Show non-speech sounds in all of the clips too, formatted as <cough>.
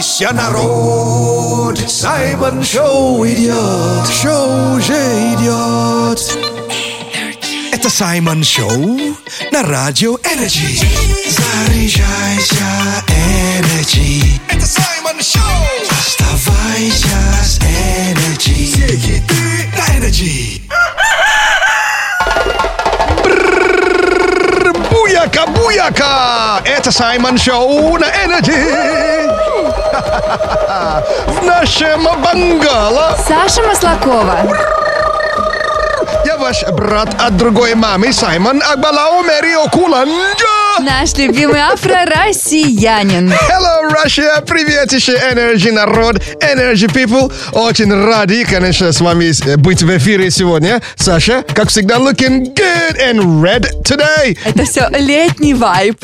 Вся народ, Саймон Шоу идет, шоу уже идет. Это Саймон Шоу на радио Энерджи. Заряжайся, Энерджи. Это Саймон Шоу. Оставайся с Энерджи. Все хиты на Энерджи. Буяка, буяка! Это Саймон Шоу на Энерджи. <laughs> В нашем бангало Саша Маслакова. я ваш брат от другой мамы Саймон Акбалао Мэрио Куланджа. Наш любимый афро-россиянин. Hello, Russia! Привет еще, Energy народ, Energy people. Очень рады, конечно, с вами э, быть в эфире сегодня. Саша, как всегда, looking good and red today. Это все летний вайб.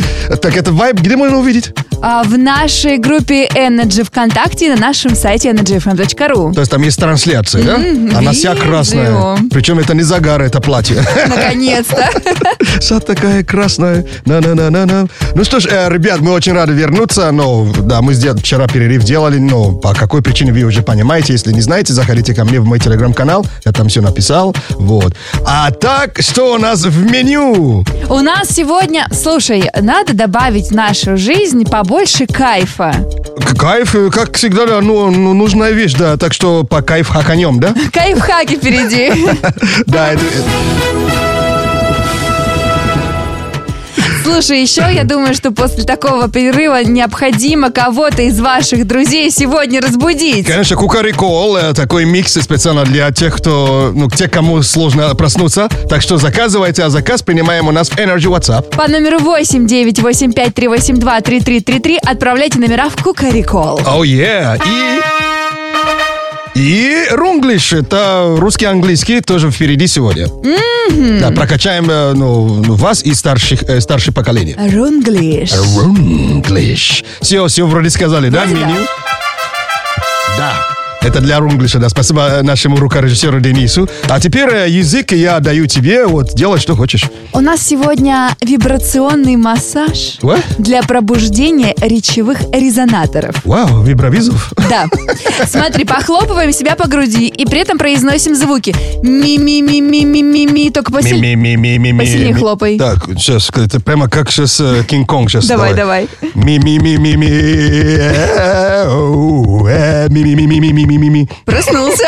Так, это вайб где можно увидеть? А в нашей группе Energy ВКонтакте и на нашем сайте energyfm.ru. То есть там есть трансляция, да? Она вся видео. красная. Причем это не загар, это платье. <laughs> Наконец-то. Вся такая красная. На-на-на-на-на. Ну что ж, э, ребят, мы очень рады вернуться. Но, да, мы здесь вчера перерыв делали, но по какой причине вы уже понимаете. Если не знаете, заходите ко мне в мой телеграм-канал. Я там все написал. Вот. А так, что у нас в меню? У нас сегодня, слушай, надо добавить в нашу жизнь побольше кайфа. К- Кайф, э, как всегда, да, ну, ну, нужная вещь, да. Так что по кайф хаканем, да? <laughs> Кайфхаки впереди. Да, это... это- Слушай, еще я думаю, что после такого перерыва необходимо кого-то из ваших друзей сегодня разбудить. Конечно, кукарикол э, такой микс специально для тех, кто, ну, те, кому сложно проснуться. Так что заказывайте, а заказ принимаем у нас в Energy WhatsApp. По номеру 8 9 8 5 3 8 2 3 3 3 3 отправляйте номера в Кукарикол. Оу, oh, yeah. И... И рунглиш, это русский английский, тоже впереди сегодня. Да, прокачаем э, ну, вас и старших, э, старшее поколение. Рунглиш. Рунглиш. Все, все вроде сказали, да, Вроде да. меню? Да. Это для рунглиша, да. Спасибо э, нашему рукорежиссеру Денису. А теперь э, язык я даю тебе, вот, делай, что хочешь. У нас сегодня вибрационный массаж What? для пробуждения речевых резонаторов. Вау, вибровизов. Да. Смотри, похлопываем себя по груди и при этом произносим звуки. Ми-ми-ми-ми-ми-ми-ми. Только посильнее. Ми-ми-ми-ми-ми. Посильнее хлопай. Так, сейчас, это прямо как сейчас Кинг-Конг сейчас. Давай, давай. Ми-ми-ми-ми-ми. Э, оу, э, Ми-ми-ми-ми-ми-ми-ми-ми. Проснулся.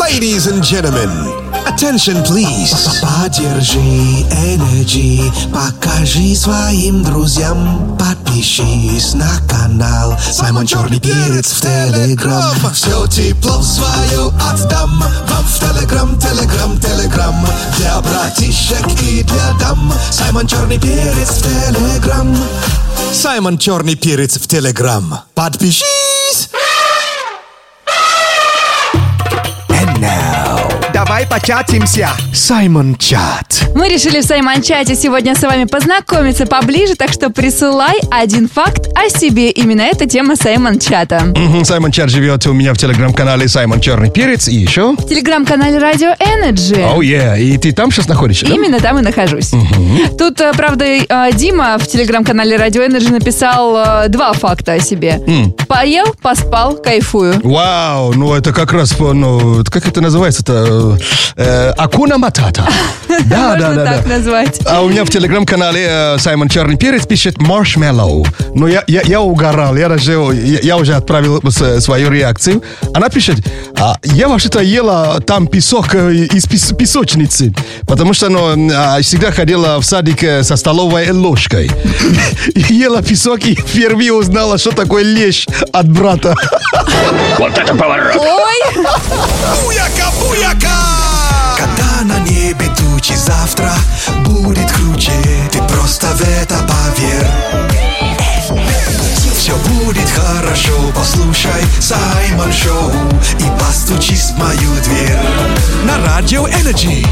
Ladies and gentlemen, attention please. Поддержи Energy, покажи своим друзьям. Подпишись на канал Саймон Черный Перец в Телеграм. Все тепло свое отдам вам в Телеграм, Телеграм, Телеграм. Для братишек и для дам. Саймон Черный Перец в Телеграм. Саймон Черный Перец в Телеграм. Подпишись! Давай початимся. Саймон Чат. Мы решили в Саймон-чате сегодня с вами познакомиться поближе, так что присылай один факт о себе. Именно эта тема Саймон-чата. Мгм, Саймон Чар живет у меня в телеграм-канале Саймон Черный Перец и еще. В телеграм-канале Радио Energy. Оу, yeah. И ты там сейчас находишься, да? Именно там и нахожусь. Тут, э, правда, э, Дима в телеграм-канале Радио Energy написал э, два факта о себе. Поел, поспал, кайфую. Вау, ну это как раз, по- ну, это как это называется-то? Э, Акуна <laughs> Матата. Да, да, Можно да, так да. <laughs> назвать. А у меня в телеграм-канале э, Саймон Черный Перец пишет маршмеллоу. Но я, я, я угорал, я, даже, я, я уже отправил с- свою реакцию. Она пишет, «А, я вообще-то ела там песок э, из пес- песочницы, потому что ну, м, а, всегда ходила в садик э, со столовой ложкой. <laughs> И ела песок и впервые узнала, что такое лещ от брата. Ой, Буяка, буяка! Когда на небе тучи завтра будет круче, ты просто в это поверь. Все будет хорошо, послушай Саймон Шоу и постучись в мою дверь. На радио Энерджи.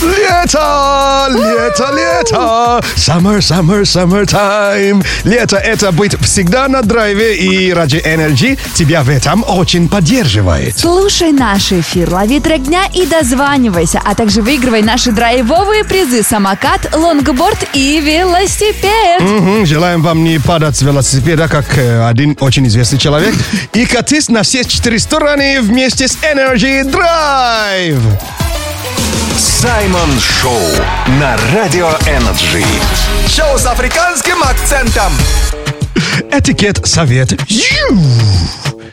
Лето, лето, лето. Summer, summer, summer time. Лето — это быть всегда на драйве, и ради Energy тебя в этом очень поддерживает. Слушай наш эфир, лови трек дня и дозванивайся, а также выигрывай наши драйвовые призы самокат, лонгборд и велосипед. Мгм, Желаем вам не падать с велосипеда, как э, один очень известный человек, и катись на все четыре стороны вместе с Energy Drive. Саймон Шоу на Радио Энерджи. Шоу с африканским акцентом. Этикет совет. Ю!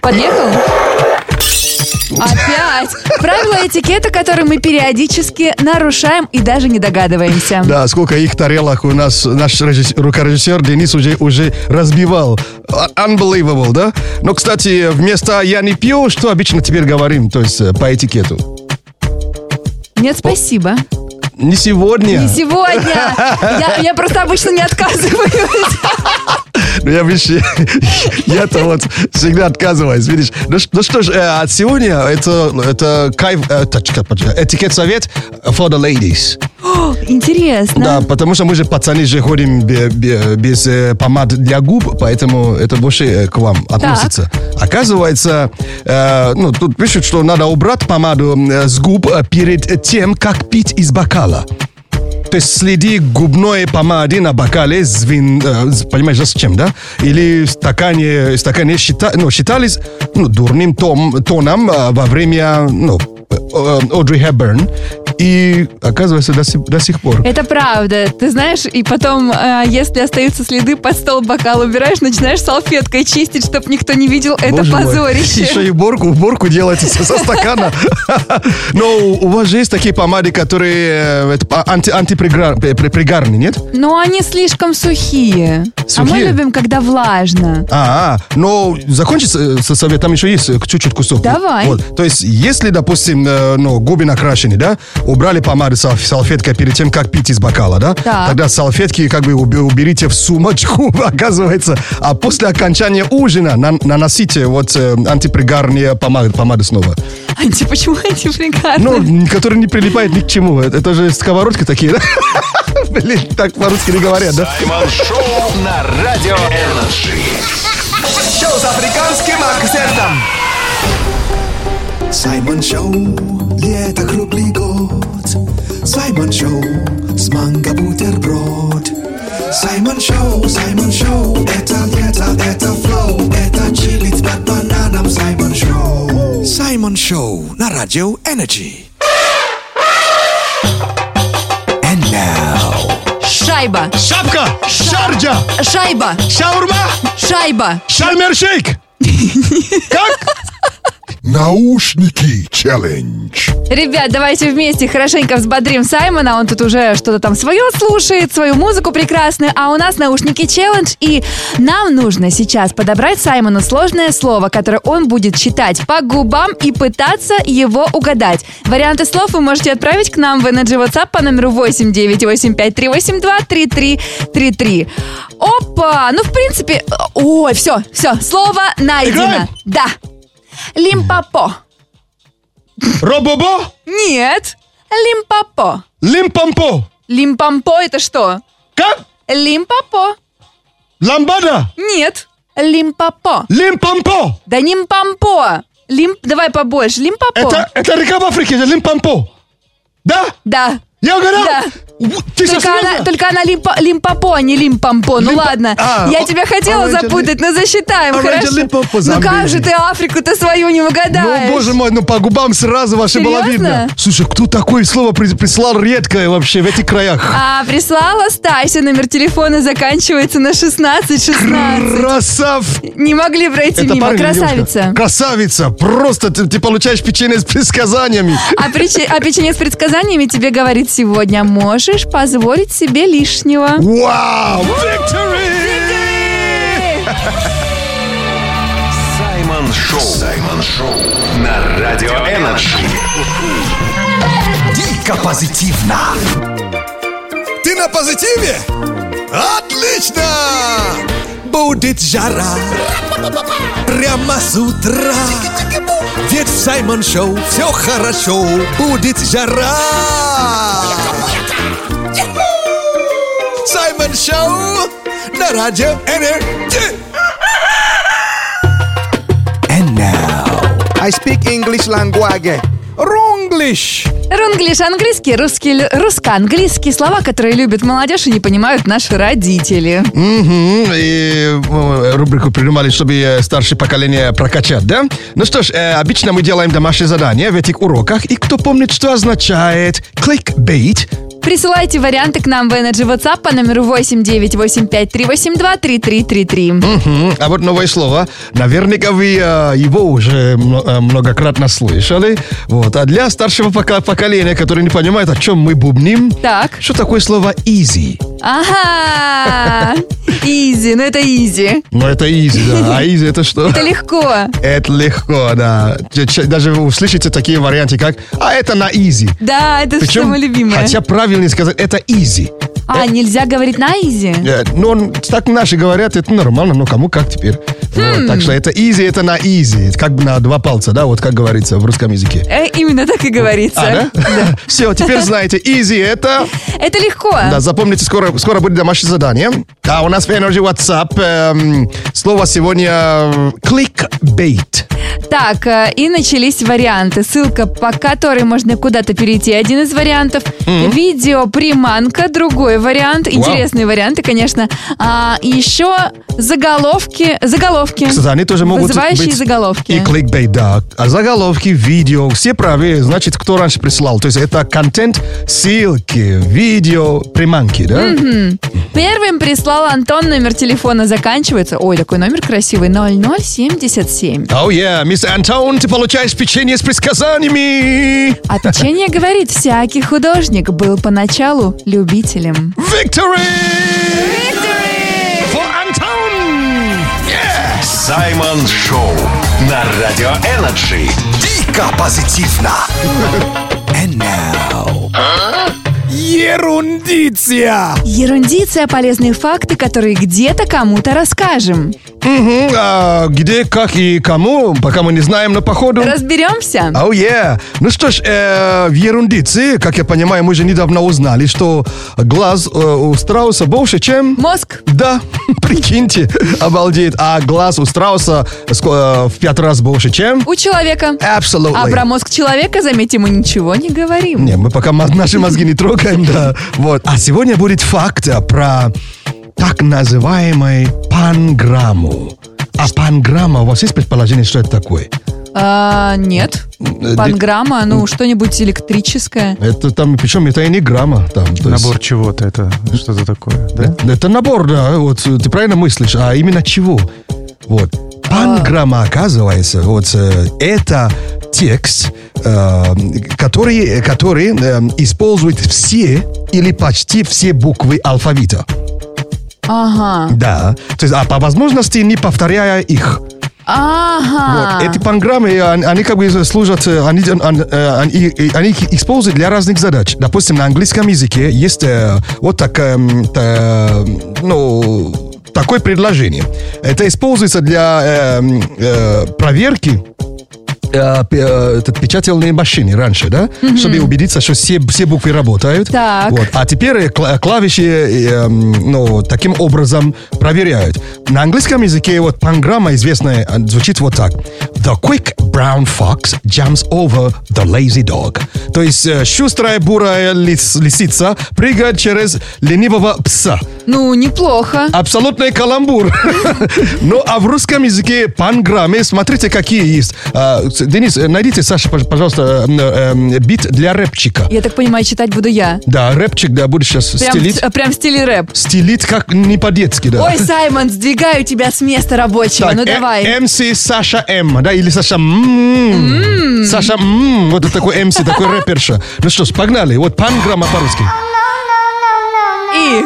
Подъехал? Опять! Правила этикета, которые мы периодически нарушаем и даже не догадываемся. Да, сколько их тарелок у нас наш режисс- рукорежиссер Денис уже, уже разбивал. А- Unbelievable, да? Но, кстати, вместо «я не пью», что обычно теперь говорим, то есть э, по этикету? Нет, спасибо. Не сегодня. Не сегодня. Я, я просто обычно не отказываюсь. Ну, я вообще, <laughs> я-то вот всегда отказываюсь, видишь. Ну, ш- ну что ж, э, от сегодня это, ну, это кайф, э, так, чекай, подожди, этикет-совет for the ladies. Да, Интересно. потому что мы же, пацаны, же ходим бе- бе- без э, помад для губ, поэтому это больше э, к вам относится. Оказывается, э, ну, тут пишут, что надо убрать помаду э, с губ э, перед тем, как пить из бокала. То есть следи губной помады на бокале, с вин- э, с- понимаешь, зачем, да? Или в стакане, в стакане счита- ну, считались ну, дурным том- тоном э, во время ну, э, э, Одри Хэбберн. И оказывается до сих- до сих пор. Это правда. Ты знаешь, и потом, э, если остаются следы, под стол бокал убираешь, начинаешь салфеткой чистить, чтобы никто не видел это Боже мой. Еще позорище. и борку, уборку делаете со, со стакана. <laughs> Но у, у вас же есть такие помады, которые э, это, а, анти, антипригра- э, при- при- пригарные, нет? Но они слишком сухие. А мы Сухие? любим, когда влажно. <laughs> А, а, но закончится со совет, там еще есть э, чуть-чуть кусок. Давай. То есть, если, допустим, э, ну, губы накрашены, да, убрали помады салф- салфеткой перед тем, как пить из бокала, да? Так. Тогда салфетки как бы убе- уберите в сумочку, <laughs> оказывается. А после окончания ужина на- наносите вот э, антипригарные помады, помады снова. Анти, типа, почему антипригарно? Ну, который не прилипает ни к чему. Это, это же сковородки такие, да? <laughs> Блин, так по-русски не говорят, да? Саймон Шоу на Радио Энерджи. Шоу с африканским акцентом. Саймон Шоу, лето круглый год. Саймон Шоу, с манго бутерброд. Саймон Шоу, Саймон Шоу, это лето, это флоу, это чилит под бананом Саймон Шоу. Саймон Шоу на Радио Энерджи. And now. Шайба. Шапка, шарджа, Шайба. шаурма, Шайба. шальмершейк. Как? Наушники челлендж. Ребят, давайте вместе хорошенько взбодрим Саймона. Он тут уже что-то там свое слушает, свою музыку прекрасную. А у нас наушники челлендж. И нам нужно сейчас подобрать Саймону сложное слово, которое он будет читать по губам и пытаться его угадать. Варианты слов вы можете отправить к нам в Energy WhatsApp по номеру 89853823333. Опа! Ну, в принципе... Ой, все, все, слово найдено. Играем? Да. Лимпопо. Робобо, Нет. Лимпопо. лимпампо. Лимпампо это что? Как? Лимпопо. Ламбада, Нет. Лимпопо. лимпампо. Да нимпампо. Лим... Давай побольше. Лимпопо. Это, это река в Африке, это лимпампо. Да? Да. Я угадал? Да. Ты Только что, она, серьезно? только она лимпа- лимпопо, а не лимпампо. Ну Лимпа- ладно. А, Я о- тебя хотела Orange запутать, но засчитаем, Orange хорошо? Лимпопо, ну Замбези. как же ты Африку-то свою не угадаешь? Ну, боже мой, ну по губам сразу ваше было Серьезно? видно. Слушай, кто такое слово при- прислал редкое вообще в этих краях? А прислала Стася, номер телефона заканчивается на 1616. Красав! Не могли пройти мимо. парень или девушка? Красавица. Красавица! Просто ты, ты получаешь печенье с предсказаниями. А, причи- а печенье с предсказаниями тебе говорит сегодня, можешь позволить себе лишнего. Вау! Victory! Саймон Шоу. Саймон Шоу на Радио Энерджи. Дико позитивно. Ты на позитиве? Отлично! Будет жара. Прямо с утра. Ведь в Саймон Шоу все хорошо. Будет жара. на радио Energy. And now, I speak English language. Ronglish. Рунглиш английский, русский, лю- русско-английский. Слова, которые любят молодежь и не понимают наши родители. Мгм. И э, рубрику придумали, чтобы э, старшее поколение прокачать, да? Ну что ж, э, обычно мы делаем домашние задания в этих уроках. И кто помнит, что означает кликбейт? Присылайте варианты к нам в Energy WhatsApp по номеру 89853823333. Мгм. А вот новое слово. Наверняка вы э, его уже мно- э, многократно слышали. Вот. А для старшего пока- поколения, который не понимает, о чем мы бубним, Так. что такое слово easy? Ага. Изи, ну это изи. Ну, это easy, да. А easy это что? Это легко. Это легко, да. Ч- ч- Даже вы услышите такие варианты, как «А это на изи». Да, это самое любимое. хотя правильнее сказать «это изи». А, нельзя говорить на изи? Э, Ну, он- так наши говорят, это нормально, но кому как теперь. Вот, так что это изи, это на изи. Как бы на два пальца, да, вот как говорится в русском языке. Э, именно так и говорится. А, да? <laughs> Все, теперь знаете, изи это... Это легко. Да, запомните, скоро, скоро будет домашнее задание. А у нас в Energy WhatsApp эм, слово сегодня э, clickbait. Так, э, и начались варианты. Ссылка, по которой можно куда-то перейти, один из вариантов. Видео приманка, другой вариант. Интересные варианты, конечно. А, и еще заголовки. Заголовки. Кстати, они тоже могут Вызывающие быть заголовки. И кликбейт, да. А заголовки, видео, все правее, значит, кто раньше прислал. То есть это контент, ссылки, видео, приманки, да? Первым прислал Антон, номер телефона заканчивается. Ой, такой номер красивый, 0077. Оу, я, Oh мисс Антон, ты получаешь печенье с предсказаниями! А печенье говорит, всякий художник был поначалу любителем. Victory! For Антон! Саймон Шоу на Радио Энерджи. дико позитивно. And now, ерундиция. Ерундиция – полезные факты, которые где-то кому-то расскажем. Мгм, а где, как и кому, пока мы не знаем, но походу... Разберемся? Оу, yeah. Ну что ж, э, в ерундице, как я понимаю, мы же недавно узнали, что глаз э, у страуса больше, чем... Мозг. Да, <laughs> прикиньте, обалдеть. А глаз у страуса ско- э, в пять раз больше, чем... У человека. Absolutely. А про мозг человека, заметьте, мы ничего не говорим. Не, мы пока мо- наши мозги не трогаем, да. Вот. А сегодня будет факт э, про так называемый панграмму. А панграмма, у вас есть предположение, что это такое? А, нет. э, Панграмма, ну, что-нибудь электрическое. Это там, причем это и не грамма. Там, то есть- Э, Набор чего-то это что-то такое, да? Это набор, да, вот э, ты правильно мыслишь, а именно чего? Вот. Панграмма, оказывается, вот э, это текст, э, который, который э, использует все или почти все буквы алфавита. Ага. Да. То есть, а по возможности не повторяя их. Ага. А. Вот. Эти панграммы, э, он- они как бы служат, э, они, э, он- э, они, и- они их используют для разных задач. Допустим, на английском языке есть э, вот так, эм, та- ну, такое предложение. Это используется для эм, э, проверки э, пе- э, этот печатальные машины раньше, да, чтобы убедиться, что все, все буквы работают. Так. Вот. А теперь э, кла- клавиши, э, эм, ну, таким образом проверяют. На английском языке вот панграмма известная э, звучит вот так. The quick brown fox jumps over the lazy dog. То есть э, шустрая бурая лис- лисица прыгает через ленивого пса. Ну, неплохо. Абсолютный каламбур. <laughs> Ну, а в русском языке панграммы, смотрите, какие есть. А, с- Денис, э, найдите, Саша, пож- пожалуйста, э, м, э, бит для рэпчика. Я так понимаю, читать буду я. Да, рэпчик, да, будешь сейчас Прям, стелить. в- прям в стиле рэп. Стелить как не по-детски, да. Ой, Саймон, сдвигаю тебя с места рабочего. Так, ну э, давай. MC Саша М, да, или Саша М. Саша М, вот это такой MC, такой рэперша. Ну что ж, погнали, вот панграмма по-русски. И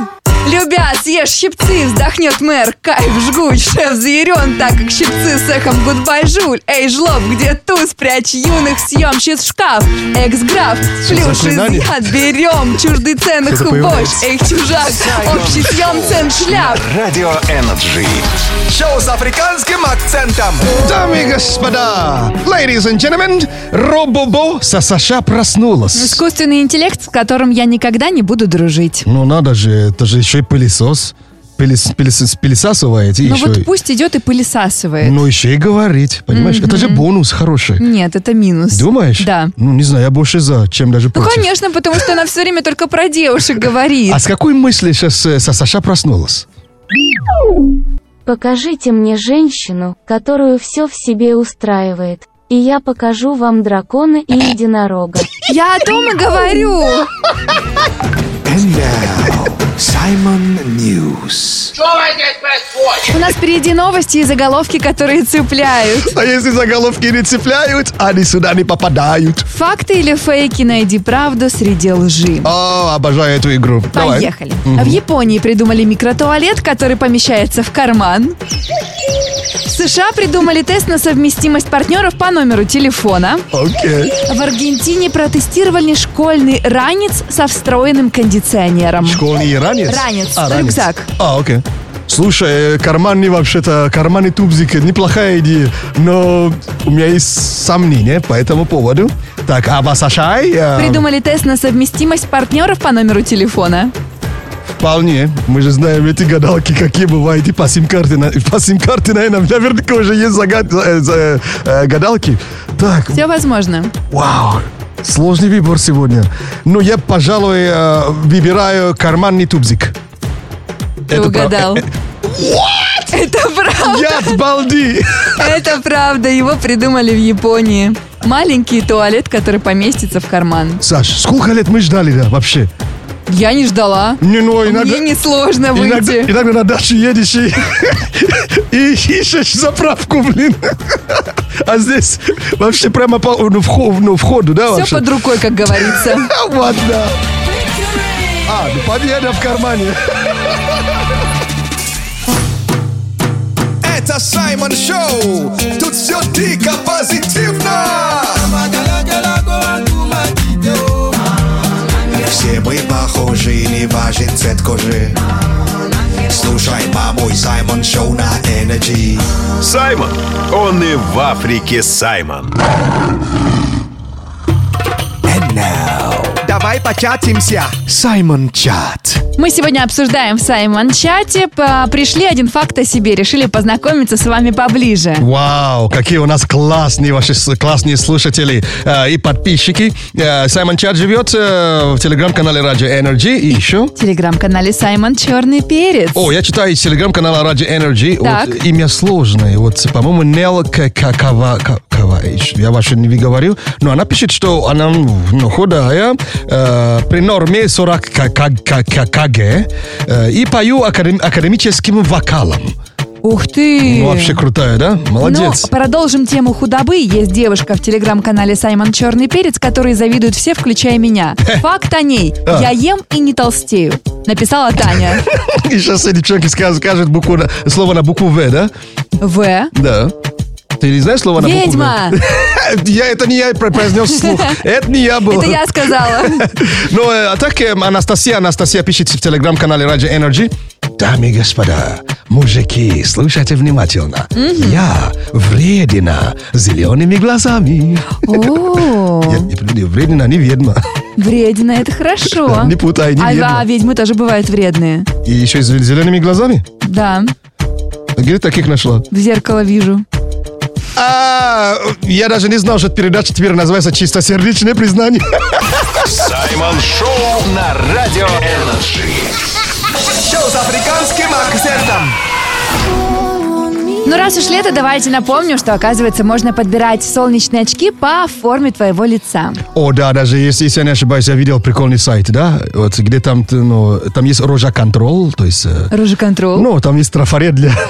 Любя, съешь щипцы, вздохнет мэр, кайф жгут, шеф заярен, так как щипцы с эхом гудбай жуль. Эй, жлоб, где туз, прячь юных съемщиц в шкаф, экс-граф, плюш заклинание? изъят, берем, чужды цены Что-то хубоч, появляется. эх, чужак, общий съем цен шляп. Радио Энерджи. Шоу с африканским акцентом. Дамы и господа, ladies and gentlemen, Робобо со Саша Ну, проснулась. Искусственный интеллект, с которым я никогда не буду дружить. Ну надо же, это же еще и пылесос. пылес- пылес- пылесасываете, и Ну. Ну еще... вот пусть идет и пылесасывает. но еще и говорить, понимаешь? Это же бонус хороший. Нет, это минус. Думаешь? Да. Ну, не знаю, я больше за, чем даже Ну, против. конечно, потому что она все время только про девушек говорит. А с какой мысли сейчас со Саша проснулась? Покажите мне женщину, которую все в себе устраивает, и я покажу вам дракона и единорога. Я о том и говорю. And now, Simon News. У нас впереди новости и заголовки, которые цепляют. А если заголовки не цепляют, они сюда не попадают. Факты или фейки, найди правду среди лжи. О, обожаю эту игру. Давай. Поехали. В Японии придумали микротуалет, который помещается в карман. В США придумали тест на совместимость партнеров по номеру телефона. Окей. В Аргентине протестировали школьный ранец со встроенным кондиционером. Школьный ранец? Ранец, А, ранец. рюкзак. А, окей. Слушай, э, карманный вообще-то, карманный тубзик, неплохая идея, но у меня есть сомнения по этому поводу. Так, а вас Ашай? э, Придумали тест на совместимость партнеров по номеру телефона. Вполне. Мы же знаем эти гадалки, какие бывают и по сим-карте. на- По сим-карте, наверное, наверняка уже есть загад- э, за- э, гадалки. Так, Все возможно. вау. Сложный выбор сегодня. Но я, пожалуй, э, выбираю карманный тубзик. Ты Это прав- <laughs> угадал. Это правда. Я с балди. Это правда. Его придумали в Японии. Маленький туалет, который поместится в карман. Саш, сколько лет мы ждали, да, вообще? Я не ждала. Не, ну, иногда... Мне несложно Иногда, выйти. иногда на дачу едешь и, <laughs> и ищешь заправку, блин. А здесь вообще прямо по ну, вхо- ну, входу, да, Все вообще? под рукой, как говорится. А, <laughs> Вот, да. А, ну, победа в кармане. Это Саймон Шоу. Тут все дико позитивно. Все мы похожи, не важен цвет кожи. Слушай, маму и Саймон Шоу на Energy. Саймон. Он и в Африке Саймон. And now. Давай початимся. Саймон Чат. Мы сегодня обсуждаем в Саймон-чате. П- Пришли один факт о себе. Решили познакомиться с вами поближе. Вау, какие у нас классные ваши с- классные слушатели э, и подписчики. Э, Саймон Чат живет э, в телеграм-канале Радио Energy и еще... В телеграм-канале Саймон Черный Перец. О, я читаю из телеграм-канала Ради Energy. Так. Вот, имя сложное. Вот, по-моему, Нел К- К- Кава- К- Кава- Я вообще не говорю. Но она пишет, что она ну, худая, э, при норме 40 к- к- к- к- кг э, и пою академ- академическим вокалом. Ух ты! Ну, вообще крутая, да? Молодец. Ну, продолжим тему худобы. Есть девушка в телеграм-канале Саймон Черный Перец, которой завидуют все, <laughs> включая меня. Факт о ней. А. Я ем и не толстею. <laughs> Написала Таня. И сейчас эти девчонки скажут, скажут букву на- слово на букву В, да? В. Да. Ты не знаешь слово на букву В? Ведьма! <laughs> Я, это не я произнес <laughs> вслух. Это не я был. Это я <laughs> сказала. Ну, э, а так э, Анастасия, Анастасия пишет в телеграм-канале Radio Energy. Дамы и господа, мужики, слушайте внимательно. Я вредина с зелеными глазами. О, Я- я подумал, вредина, не ведьма. вредина, это <laughs> хорошо. Не путай, не А, ведьма. а ведьмы тоже бывают вредные. И еще и с зелеными глазами? Да, Где ты таких нашла? в зеркало вижу. А, я даже не знал, что эта передача теперь называется «Чистосердечное признание». Саймон Шоу на Радио Энерджи. Шоу с африканским акцентом. Ну, раз уж лето, давайте напомню, что, оказывается, можно подбирать солнечные очки по форме твоего лица. <laughs> О, да, даже если, если я не ошибаюсь, я видел прикольный сайт, да, вот где там, ты, ну, там есть рожа контрол, то есть... э, Рожеконтрол. Ну, там есть трафарет для... <laughs>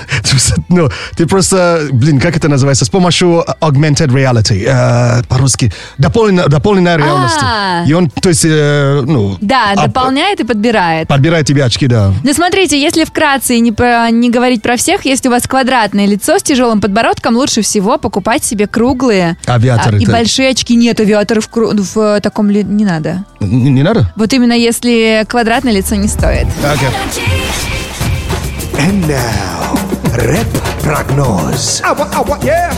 Ну, ты просто, блин, как это называется? С помощью augmented reality, э, по-русски, дополнена- дополненная А. реальность. И он, то есть, э, ну... да, об- дополняет и подбирает. Подбирает тебе очки, да. Ну, смотрите, если вкратце и не, про- не говорить про всех, если у вас квадратное лицо с тяжелым подбородком, лучше всего покупать себе круглые. Авиаторы, А, и да. большие очки. Нет, авиаторы в, кру- в, э, таком ли... не надо. Н- Не надо? Вот именно если квадратное лицо не стоит. Окей. And now, рэп-прогноз. Awa, awa, yeah.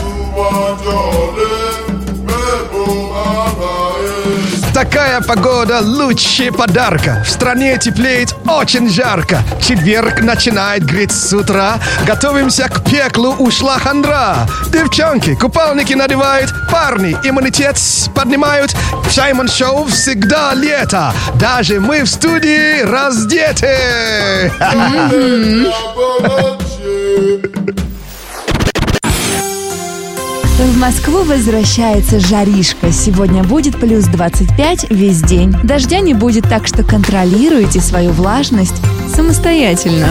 Такая погода лучше подарка. В стране теплеет очень жарко. Четверг начинает греть с утра. Готовимся к пеклу, ушла хандра. Девчонки купальники надевают, парни иммунитет поднимают. В Саймон Шоу всегда лето. Даже мы в студии раздеты. В Москву возвращается жаришка. Сегодня будет плюс 25 весь день. Дождя не будет, так что контролируйте свою влажность самостоятельно.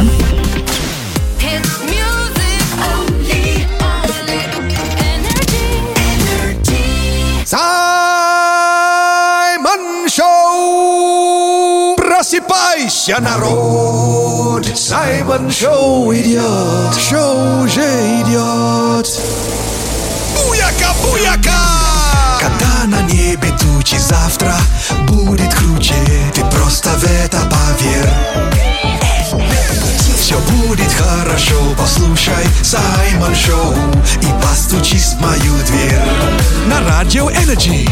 Саймон Шоу! Просыпайся, народ! Саймон Шоу идет! Шоу уже идет! Буяка, буяка! Когда на небе тучи завтра будет круче, ты просто в это поверь. Все будет хорошо, послушай Саймон Шоу и постучись в мою дверь. На радио Energy.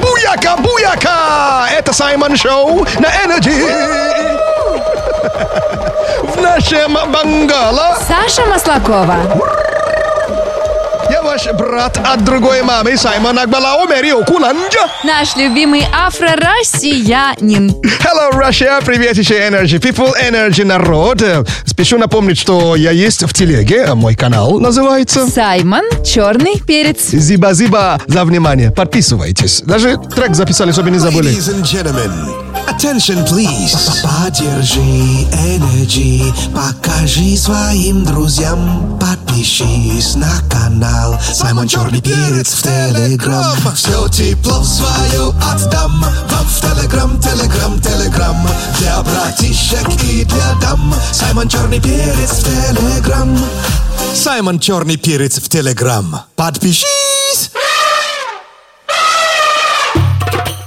Буяка, буяка! Это Саймон Шоу на Энерджи. В нашем бангало Саша Маслакова. я ваш брат от другой мамы Саймон Акбалао Мэрио Куланджа. Наш любимый афро-россиянин. Hello, Russia! Привет еще Energy People, Energy народ. Э, Спешу напомнить, что я есть в телеге. э, Мой канал называется Саймон Черный Перец. Зиба-зиба за внимание. Подписывайтесь. Даже трек записали, чтобы не забыли. Ladies and gentlemen, attention please. Поддержи Energy, покажи своим друзьям. Подпишись на канал Саймон Черный Перец в Телеграм. Все тепло свое отдам Вам в Телеграм, Телеграм, Телеграм Для братишек и для дам Саймон Черный Перец в Телеграм Саймон Черный Перец в Телеграм Подпишись!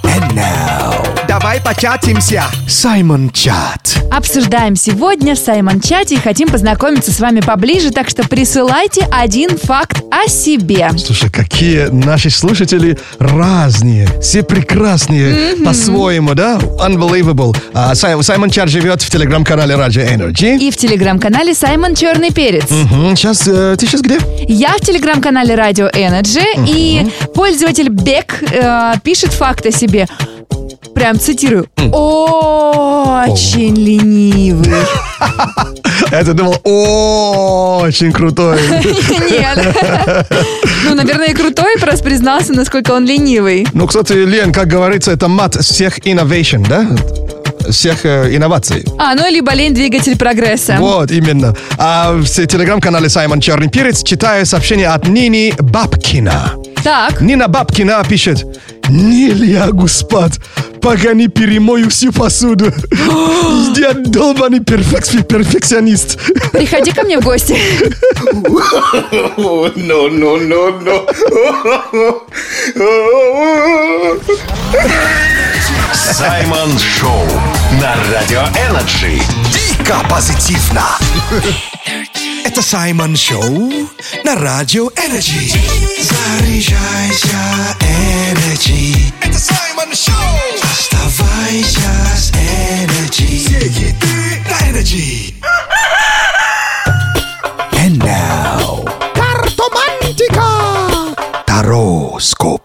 And now, Давай початимся. Саймон Чат Обсуждаем сегодня в Саймон-чате и хотим познакомиться с вами поближе, так что присылайте один факт о себе. Слушай, какие наши слушатели разные, все прекрасные по-своему, да? Unbelievable. А, Сай- Саймон Чар живет в телеграм-канале Radio Energy. И в телеграм-канале Саймон Черный Перец. Мгм, Сейчас э, ты сейчас где? Я в телеграм-канале Радио Energy, и пользователь Бек э, пишет факт о себе. Прям цитирую. Очень ленивый. А Я думал, очень крутой. Нет. Ну, наверное, и крутой, просто признался, насколько он ленивый. Ну, кстати, Лен, как говорится, это мат всех innovation, да? Всех э, инноваций. А, ну, либо лень двигатель прогресса. Вот, именно. А в с- телеграм-канале Саймон Черный Перец читаю сообщение от Нини Бабкина. Так. Нина Бабкина пишет, не лягу спать, пока не перемою всю посуду. Я долбанный перфекс- перфекционист. Приходи ко мне в <laughs> гости. Саймон Шоу на Радио Энерджи. Дико позитивно Это Саймон Шоу на Радио Энерджи Заряжайся, Энерджи Это Саймон Шоу Оставайся с Энерджи Все хиты на Энерджи And now Картомантика Тароскоп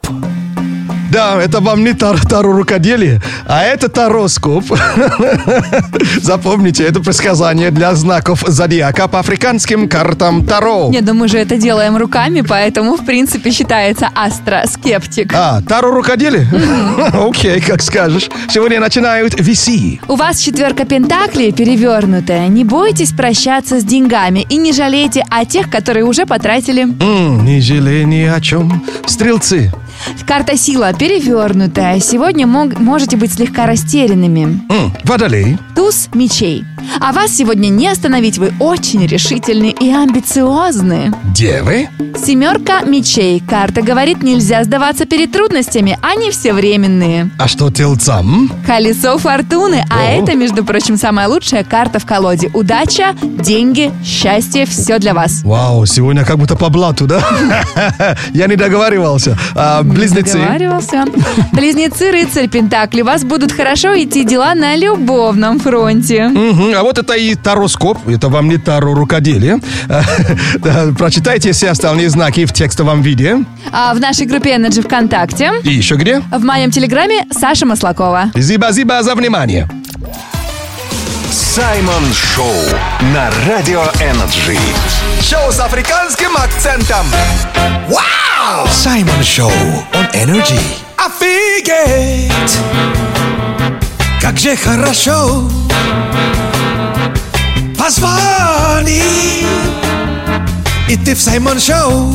Да, это вам не тар- таро рукоделие, а это тароскоп. <laughs> Запомните, это предсказание для знаков зодиака по африканским картам таро. Нет, ну мы же это делаем руками, поэтому, в принципе, считается астроскептик. А, таро рукоделие? <laughs> Окей, как скажешь. Сегодня начинают виси. У вас четверка пентаклей перевернутая. Не бойтесь прощаться с деньгами и не жалейте о тех, которые уже потратили. М, Не жалей ни о чем. Стрелцы. Карта сила перевернутая. Сегодня мог- можете быть слегка растерянными. М, Водолей. Туз мечей. А вас сегодня не остановить, вы очень решительны и амбициозны. Девы? Семерка мечей. Карта говорит, нельзя сдаваться перед трудностями, они все временные. А что телцам? Колесо фортуны, а это, между прочим, самая лучшая карта в колоде. Удача, деньги, счастье, все для вас. Вау, сегодня как будто по блату, да? <laughs> Я не договаривался. А, близнецы? Договаривался. Близнецы, рыцарь, пентакли. У вас будут хорошо идти дела на любовном фронте. Мгм, А вот это и тароскоп, это вам не таро рукоделие. <laughs> Да, Прочитайте все остальные знаки в текстовом виде. А в нашей группе Energy ВКонтакте, И еще где? в моем телеграме Саша Маслакова. Зиба-зиба за внимание. Саймон Шоу на Радио Энерджи. Шоу с африканским акцентом. Вау! Саймон Шоу on Energy. Офигеть! Как же хорошо Позвони! И ты в Саймон Шоу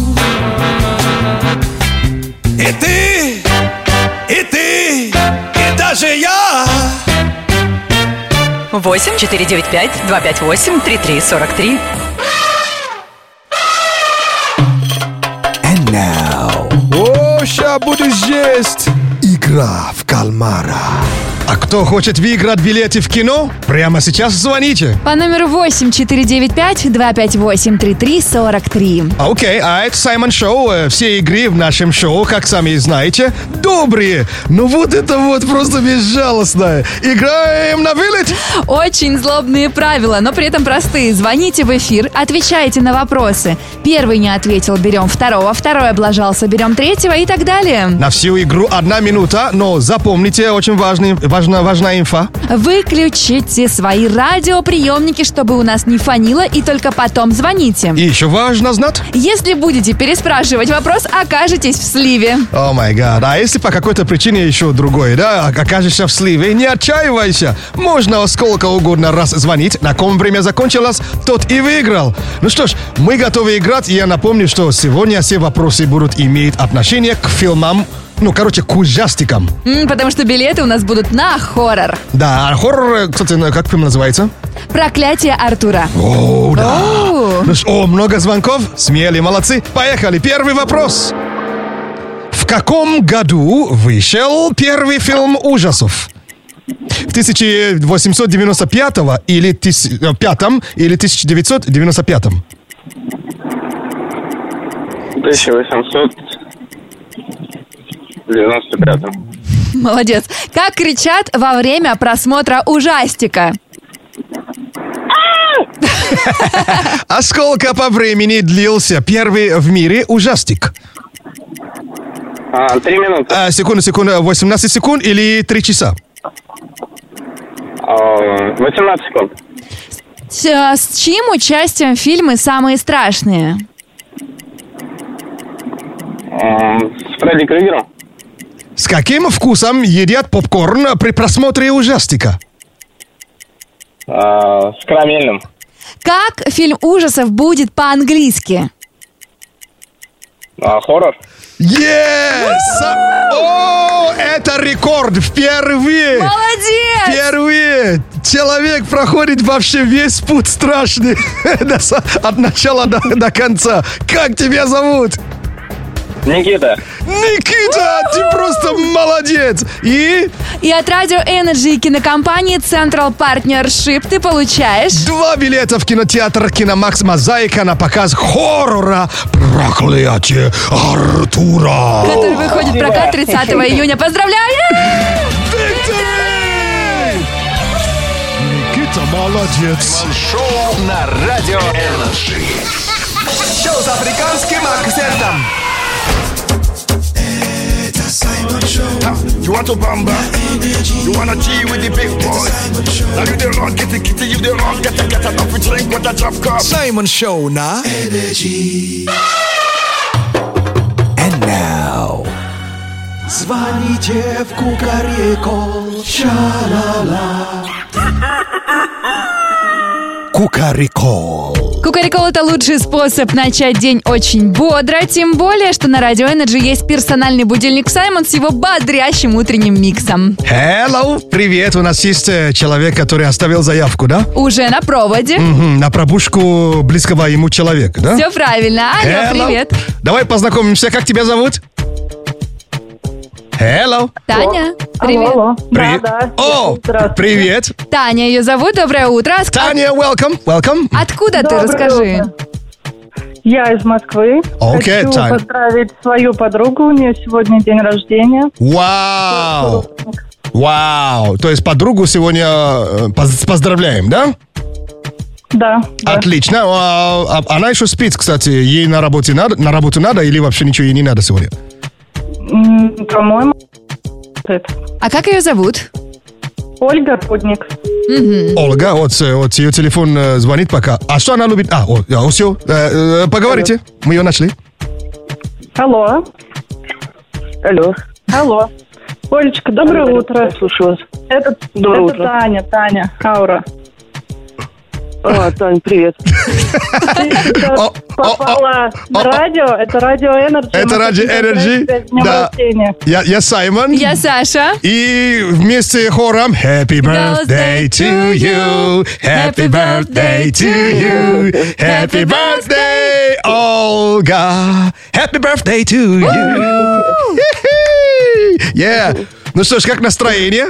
И ты, и ты, и даже я. 8 495 258 3343. О, ща буду есть. Игра в кальмара А кто хочет выиграть билеты в кино, прямо сейчас звоните. По номеру 8495-258-3343. Окей, а это Саймон Шоу. Э, Все игры в нашем шоу, как сами знаете, добрые. Но вот это вот просто безжалостное. Играем на вылет. Очень злобные правила, но при этом простые. Звоните в эфир, отвечайте на вопросы. Первый не ответил, берем второго, второй облажался, берем третьего и так далее. На всю игру одна минута, но запомните, очень важный, важна, важна инфа. Выключите свои радиоприемники, чтобы у нас не фонило, и только потом звоните. И еще важно знать. Если будете переспрашивать вопрос, окажетесь в сливе. О май гад, а если по какой-то причине еще другой, да, а окажешься в сливе, не отчаивайся. Можно сколько угодно раз звонить, на ком время закончилось, тот и выиграл. Ну что ж, мы готовы играть, и я напомню, что сегодня все вопросы будут иметь отношение к фильмам, ну, короче, к ужастикам. М, Потому что билеты у нас будут на хоррор. Да, а хоррор, э, кстати, ну, как фильм называется? Проклятие Артура. О, да. Оу. Ну ж, о, много звонков, смели, молодцы. Поехали, первый вопрос. В каком году вышел первый фильм ужасов? В 1895 или, тыс- э, пятом или 1995? 1895. Молодец. Как кричат во время просмотра ужастика? А сколько по времени длился первый в мире ужастик? А, три минуты. А, секунду, секунду, 18 секунд или 3 часа? А, 18 секунд. С, э, с чьим участием фильмы самые страшные? М, А, С Фредди Крюгером. С каким вкусом едят попкорн при просмотре ужастика? А, С карамельным. Как фильм ужасов будет по-английски? А, Хоррор. Yes! О, это рекорд! Впервые! Молодец! Впервые человек проходит вообще весь путь страшный <laughs> До са- от начала до, до конца. Как тебя зовут? Никита. Никита, ты просто молодец! И И от Радио Energy и кинокомпании Central Partnership ты получаешь... два билета в кинотеатр Киномакс Мозаика на показ хоррора «Проклятие Артура». который выходит в прокат 30 июня. Поздравляю! Victory! Никита молодец. Шоу на Радио Энерджи. Шоу с африканским акцентом. Это Саймон Шоу You want to bamba? You wanna G with the big boy? Now you the wrong, get the kitty, you the wrong, get the get up if you drink with a drop cup. Саймон Шоу на Energy And now Звоните в Кукареку Ча-ла-ла Кукарико. Кукарикол это лучший способ начать день очень бодро, тем более, что на Радио Energy есть персональный будильник Саймон с его бодрящим утренним миксом. Hello, привет, у нас есть э, человек, который оставил заявку, да? Уже на проводе. Мгм, на пробушку близкого ему человека, да? Все правильно. Алло, Hello. привет. Давай познакомимся, как тебя зовут? Hello. Таня, привет. Привет. О, привет. Таня ее зовут. Доброе утро. От- Таня, welcome, welcome. Откуда ты? Доброе Расскажи. Я из Москвы. Окей, Хочу Таня. поздравить свою подругу. У нее сегодня день рождения. Вау. Вау. То есть подругу сегодня э, поз- поздравляем, да? Да. Отлично. А, а- Она еще спит, кстати. Ей на работе надо, на работу надо или вообще ничего ей не надо сегодня? М, По-моему, А как ее зовут? Ольга Рудник. Ольга, вот, э, вот ее телефон э, звонит пока. А что она любит? А, о, все, e, поговорите. Мы ее нашли. Алло. Алло. Алло. Олечка, доброе утро. Слушаю вас. Это, Доброе это утро. Таня, Таня, Аура. А, Тань, привет. Ты сейчас попала на радио. Это радио Energy. Это Мы Ради хотим поздравить тебя с Energy. днем Да. рождения. Я, я Саймон. Я Саша. И вместе хором Happy birthday to you, Happy birthday to you, Happy birthday, Olga, Happy birthday to you. <laughs> Yeah. Ну что ж, как настроение?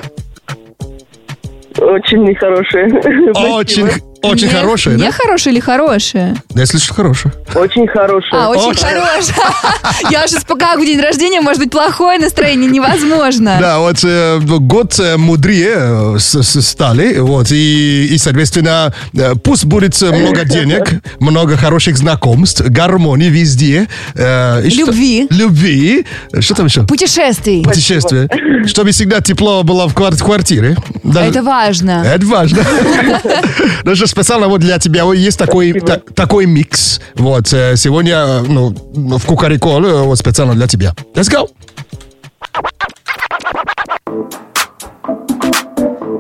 Очень нехорошее. Очень, очень Не- хорошее, не да? хорошее или хорошее? Да, я слышу, хорошее. Очень хорошее. А, очень Очень. хорошее. <laughs> Я же спокойно, день рождения, может быть, плохое настроение, невозможно. Да, вот э, год э, мудрее э, с- с- стали, вот, и, и, соответственно, э, пусть будет э, много денег, много хороших знакомств, гармонии везде. э, и что- Любви. любви. Что там еще? Путешествий. Путешествие. Чтобы всегда тепло было в квар- квартире. Даже- А Это важно. это <laughs> важно. Ну что, специально вот для тебя вот есть такой, та- такой микс. Вот, э, сегодня э, ну, в Кукарикол э, вот специально для тебя. Let's go!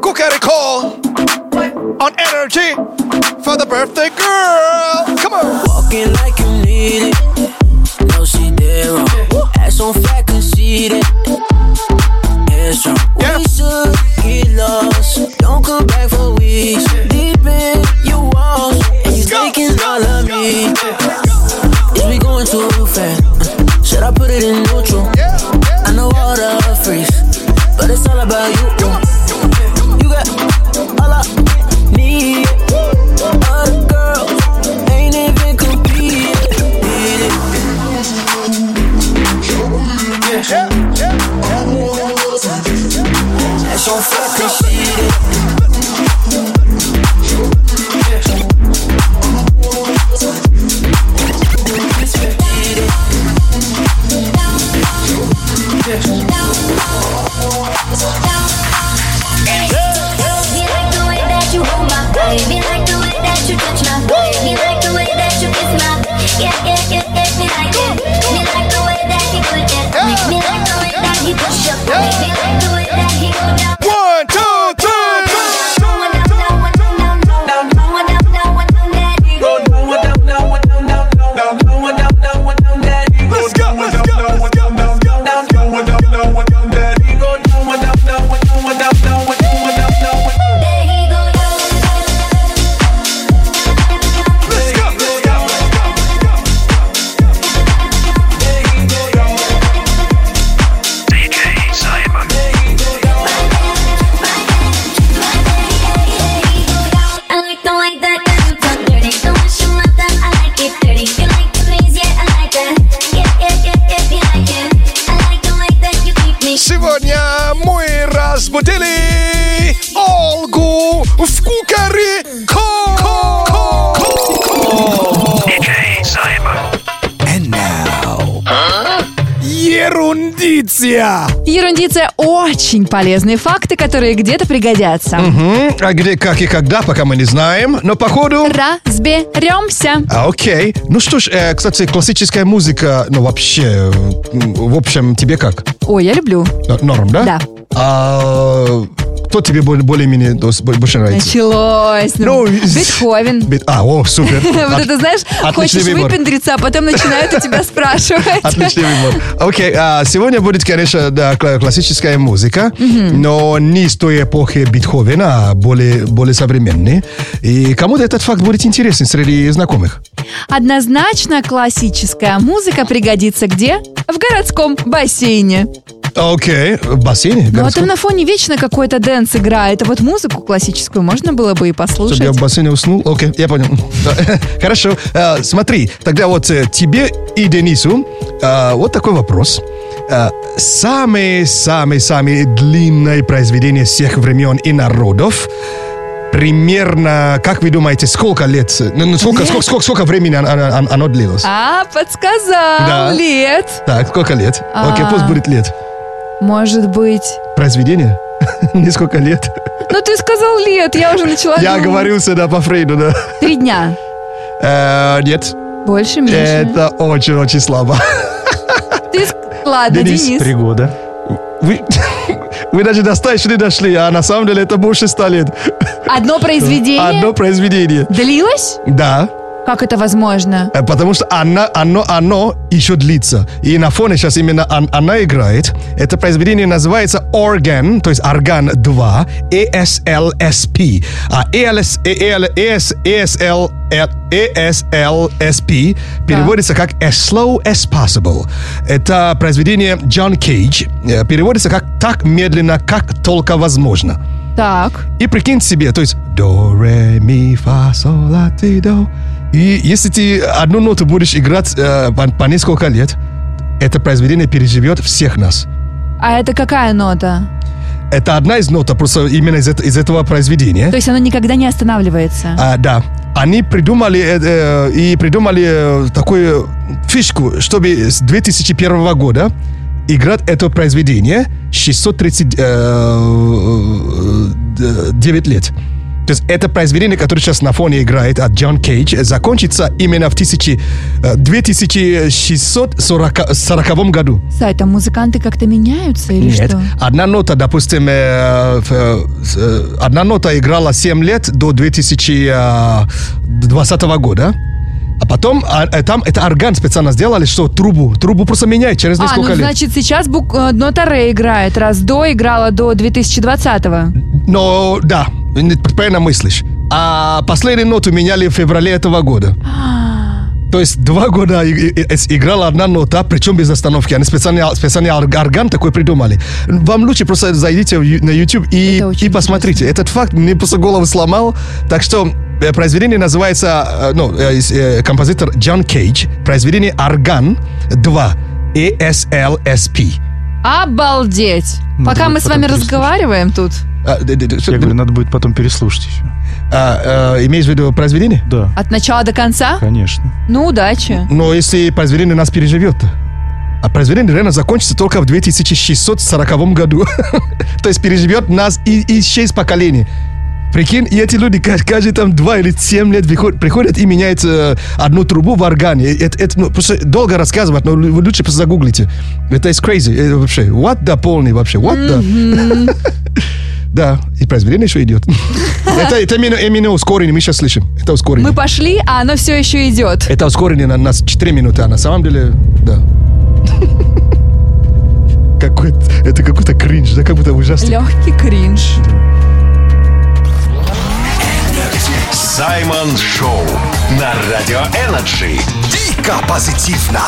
Кукарико on energy for the birthday girl. Come on. Walking like you need it. No, she did wrong. Ass on fat, conceited. It's wrong. We should get lost. Don't come back for weeks. Deep in your walls. And you taking all of me. Is we going too fast? Uh, Should I put it in neutral? I know all the freaks. But it's all about you. You got all I need. Other girls ain't even competing. That's your fucking shit. Me like the way that you hold my body. Me like the way that you touch my body. Me like the way that you kiss my body. Yeah, yeah, yeah, yeah. Me like it. Me like the way that he put that. on me. Me like the way that he push up on me. Me like the way that he go down. One, two, three. Let's go, let's go, let's go, let's go, let's go, let's go, let's go, let's go. I like the way that you talk dirty. The way you mouth that I like it dirty. You like the ways, yeah, I like that. Yeah, yeah, yeah, yeah, me like it. I like the way that you keep me. Сегодня мы разбудили Олгу в Кукарико. And now. Ерундиция. Э? Ерундиция – очень полезные факты, которые где-то пригодятся. Мгм. А где, как и когда, пока мы не знаем, но походу... Разберемся. А, Окей. Ну что ж, э, кстати, классическая музыка, ну вообще, э, м, в общем, тебе как? Ой, я люблю. Э, Норм, да? Да. А, Кто тебе более- более-менее то есть, больше нравится? Началось. Ну, Ну, из- Бетховен. Бит- А, о, супер. <laughs> Вот От- это, знаешь, отличный хочешь выбор. выпендриться, а потом начинают у тебя спрашивать. Отличный выбор. Окей, а сегодня будет, конечно, да, кла- классическая музыка, Мгм. но не с той эпохи Бетховена, а более, более современной. И кому-то этот факт будет интересен среди знакомых. Однозначно классическая музыка пригодится где? В городском бассейне. Окей, в бассейне? Ну а городском? там на фоне вечно какой-то дэнс играет, а вот музыку классическую можно было Чтобы бы и я послушать. в бассейне уснул? Окей, я понял. Да. <laughs> Хорошо. Э, Смотри, тогда вот э, тебе и Денису э, вот такой вопрос. Э, Самые-самые-самые длинные произведения всех времен и народов. Примерно, как вы думаете, сколько лет? э, Ну, ну, сколько, сколько, сколько, сколько времени оно, оно- оно длилось? А, подсказал, Да. лет. Так, сколько лет? Окей, А. пусть будет лет. Может быть. Произведение? <laughs> Не сколько лет? Ну ты сказал лет, я уже начала Я думать. оговорился, да, по Фрейду, да. Три дня. Э, Нет. Больше, меньше. Это очень-очень слабо. Ты... с- Ладно, Денис. года. Вы, <laughs> вы даже до 100 еще не дошли, а на самом деле это больше 100 лет. Одно произведение? Одно произведение. Длилось? Да. Как это возможно? Э, Потому что она, оно, оно еще длится. И на фоне сейчас именно он- она играет. Это произведение называется Organ, то есть Орган 2, ASLSP. А ALS, AL, AS, ASL, ASLSP переводится как As Slow as Possible. Это произведение Джон Кейдж. Э, Переводится как Так медленно, как только возможно. Так. И прикинь себе, то есть до, ре, ми, фа, сол, ла, ти, до. И если ты одну ноту будешь играть э, по, по несколько лет, это произведение переживет всех нас. А это какая нота? Это одна из нот, а просто именно из, эт- из этого произведения. То есть оно никогда не останавливается? А, да. Они придумали э, э, и придумали э, такую фишку, чтобы с 2001 года играть это произведение э, 639 э, лет. То есть это произведение, которое сейчас на фоне играет от Джон Кейдж, закончится именно в 1000, э, 2640 сороковом году. Сай, там музыканты как-то меняются или Нет. что? Одна нота, допустим, э, в, э, с, э, одна нота играла 7 лет до 2020 года. А потом а, э, там это орган специально сделали, что трубу, трубу просто меняют через А, ну несколько лет. значит сейчас бук... э, нота Ре играет, раз до играла до 2020-го. Но да, не- правильно мыслишь. А последнюю ноту меняли в феврале этого года. То есть два года и- и- и- с- играла одна нота, причем без остановки. Они специальный, ал- специальный орг- орган такой придумали. Вам лучше просто зайдите в ю- на YouTube и, и посмотрите. Этот факт мне просто голову сломал. Так что э, произведение называется, э, ну, э, из- э, композитор Джон Кейдж, произведение «Орган 2» ASLSP. Обалдеть! Ну, Надо Пока будет мы с потом вами переслушать. разговариваем тут. А, Я говорю, надо будет потом переслушать еще. а, э, имеешь в виду произведение? Да, От начала до конца? конечно. Ну, удачи. Но если произведение нас переживет, а произведение реально закончится только в 2640 году. <laughs> То есть переживет нас и, и шесть поколений. Прикинь, и эти люди ка- каждые там два или семь лет приход- приходят и меняют э, одну трубу в органе. И Это, это, ну, просто долго рассказывать, но лю- вы лучше просто загуглите. Это is crazy. Э, вообще, what the полный вообще, what the... Мгм. <laughs> Да, и произведение еще <laughs> идет. Это, это именно, именно ускорение, мы сейчас слышим. Это ускорение. Мы пошли, а оно все еще идет. Это ускорение на нас 4 минуты, а на самом деле, да. <laughs> Какой это какой-то кринж, да, как будто ужасно. Легкий кринж. Саймон Шоу на Радио Энерджи. Дико позитивно.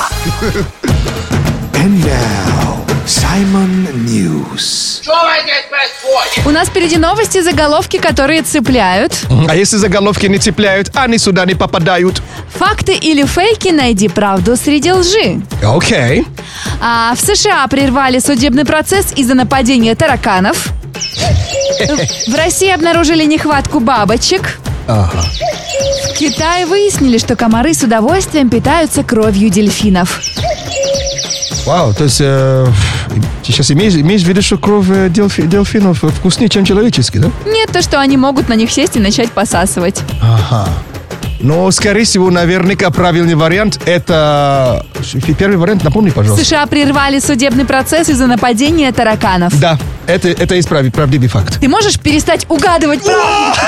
And now, Simon News. У нас впереди новости, заголовки, которые цепляют. А если заголовки не цепляют, они сюда не попадают. Факты или фейки, найди правду среди лжи. Окей. А в США прервали судебный процесс из-за нападения тараканов. В России обнаружили нехватку бабочек. Ага. В Китае выяснили, что комары с удовольствием питаются кровью дельфинов. Вау, то есть э, ты сейчас имеешь, имеешь в виду, что кровь э, дельфи- дельфинов вкуснее, чем человеческий, да? Нет, то, что они могут на них сесть и начать посасывать. Ага. Но, скорее всего, наверняка правильный вариант это... Первый вариант, напомни, В пожалуйста. США прервали судебный процесс из-за нападения тараканов. Да, это, это есть прав- правдивый факт. Ты можешь перестать угадывать правду?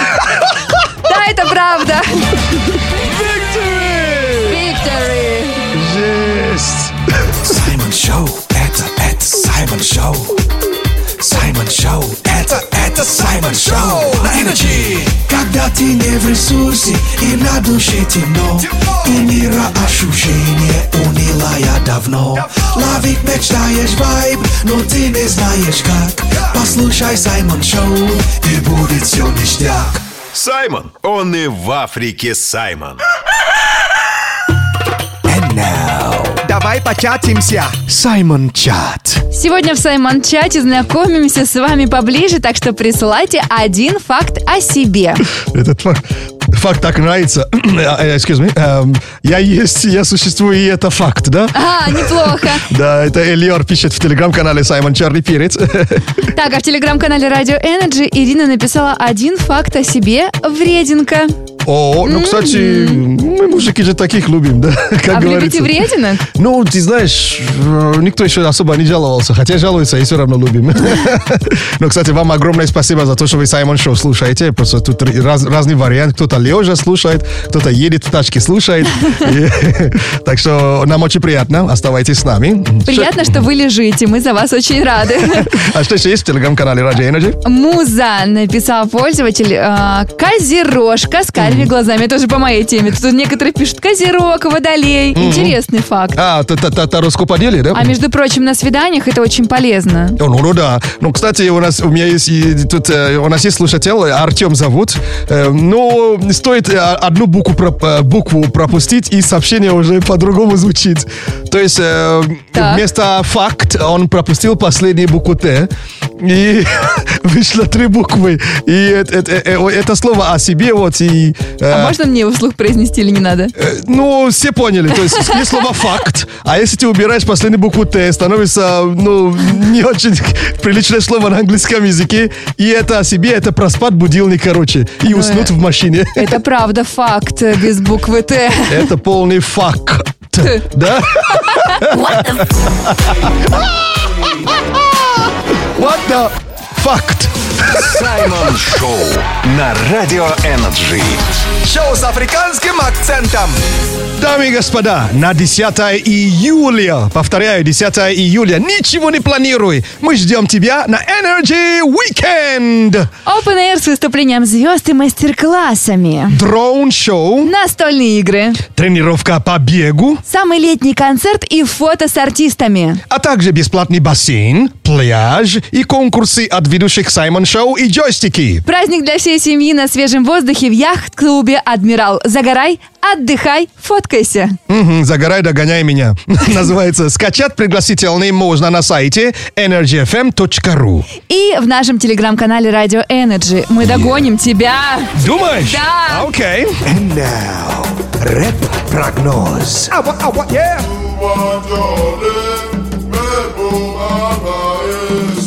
Да, это правда. Victory! Жесть! Саймон Шоу, это, это Саймон Шоу. Саймон Шоу, это, это Саймон Шоу. На Energy. Когда ты не в ресурсе и на душе темно, у мира ощущение унилая давно. Ловить мечтаешь вайб, но ты не знаешь как. Послушай Саймон Шоу, и будет все ништяк. Саймон, он и в Африке Саймон. Давай початимся. Саймон Чат. Сегодня в Саймон-чате знакомимся с вами поближе, так что присылайте один факт о себе. Этот факт, факт так нравится. <clears throat> Э, э, Excuse me. Эм, Я есть, я существую, и это факт, да? А, неплохо. Да, это Элиор пишет в телеграм-канале Саймон Чарли Перец. <laughs> Так, а в телеграм-канале Радио Energy Ирина написала один факт о себе врединка. О, ну, кстати, мы мужики же таких любим, да? <laughs> Как а вы говорится. любите врединок? Ну, ты знаешь, э, никто еще особо не жаловался. Хотя жалуется, и все равно любим. <laughs> Но, кстати, вам огромное спасибо за то, что вы Саймон Шоу слушаете. Просто тут р- раз- разный вариант. Кто-то лежа слушает, кто-то едет в тачке <laughs> слушает. И, <laughs> Так что нам очень приятно. Оставайтесь с нами. Приятно, что вы лежите, мы за вас очень рады. А что еще есть в телеграм-канале Radio Energy? Муза написал пользователь э, Козерожка с карими глазами. Это уже по моей теме. Тут некоторые пишут Козерог, Водолей. Мгм. Интересный факт. А, та- та- та- тароскоп одели, да? А между прочим, на свиданиях это очень полезно. О, Ну, ну да. Ну, кстати, у нас у меня есть и тут э, у нас есть слушатель, Артем зовут. Э, ну, стоит э, одну букву, проп- э, букву пропустить, и сообщение уже по-другому звучит. То есть э, вместо факт он пропустил последнюю букву Т. И <laughs> вышло три буквы. И это, это- э, это слово о себе вот и... А э, можно мне его вслух произнести или не надо? Э, Ну, все поняли. То есть, есть слово «факт», а если ты убираешь последнюю букву «т», становится, ну, не очень приличное слово на английском языке. И это о себе, это проспать будильник, короче. И Ну, уснуть э, в машине. Это правда факт э, без буквы Т. Это полный факт. Да? What the fuck? Саймон Шоу на Радио Энерджи. Шоу с африканским акцентом. Дамы и господа, на 10 июля, повторяю, 10 июля, ничего не планируй. Мы ждем тебя на Energy Weekend. Open Air с выступлением звезд и мастер-классами. Дроун-шоу. Настольные игры. Тренировка по бегу, Самый летний концерт и фото с артистами. а также бесплатный бассейн, пляж и конкурсы от ведущих Саймон Шоу и джойстики. Праздник для всей семьи на свежем воздухе в яхт-клубе «Адмирал». Загорай, отдыхай, фоткайся. Мгм, загорай, догоняй меня. <laughs> Называется «Скачать пригласительный» можно на сайте energyfm.ru. И в нашем телеграм-канале «Радио Energy» мы догоним тебя. Думаешь? А? Да. Окей. And now, рэп-прогноз. Ава, ава, yeah.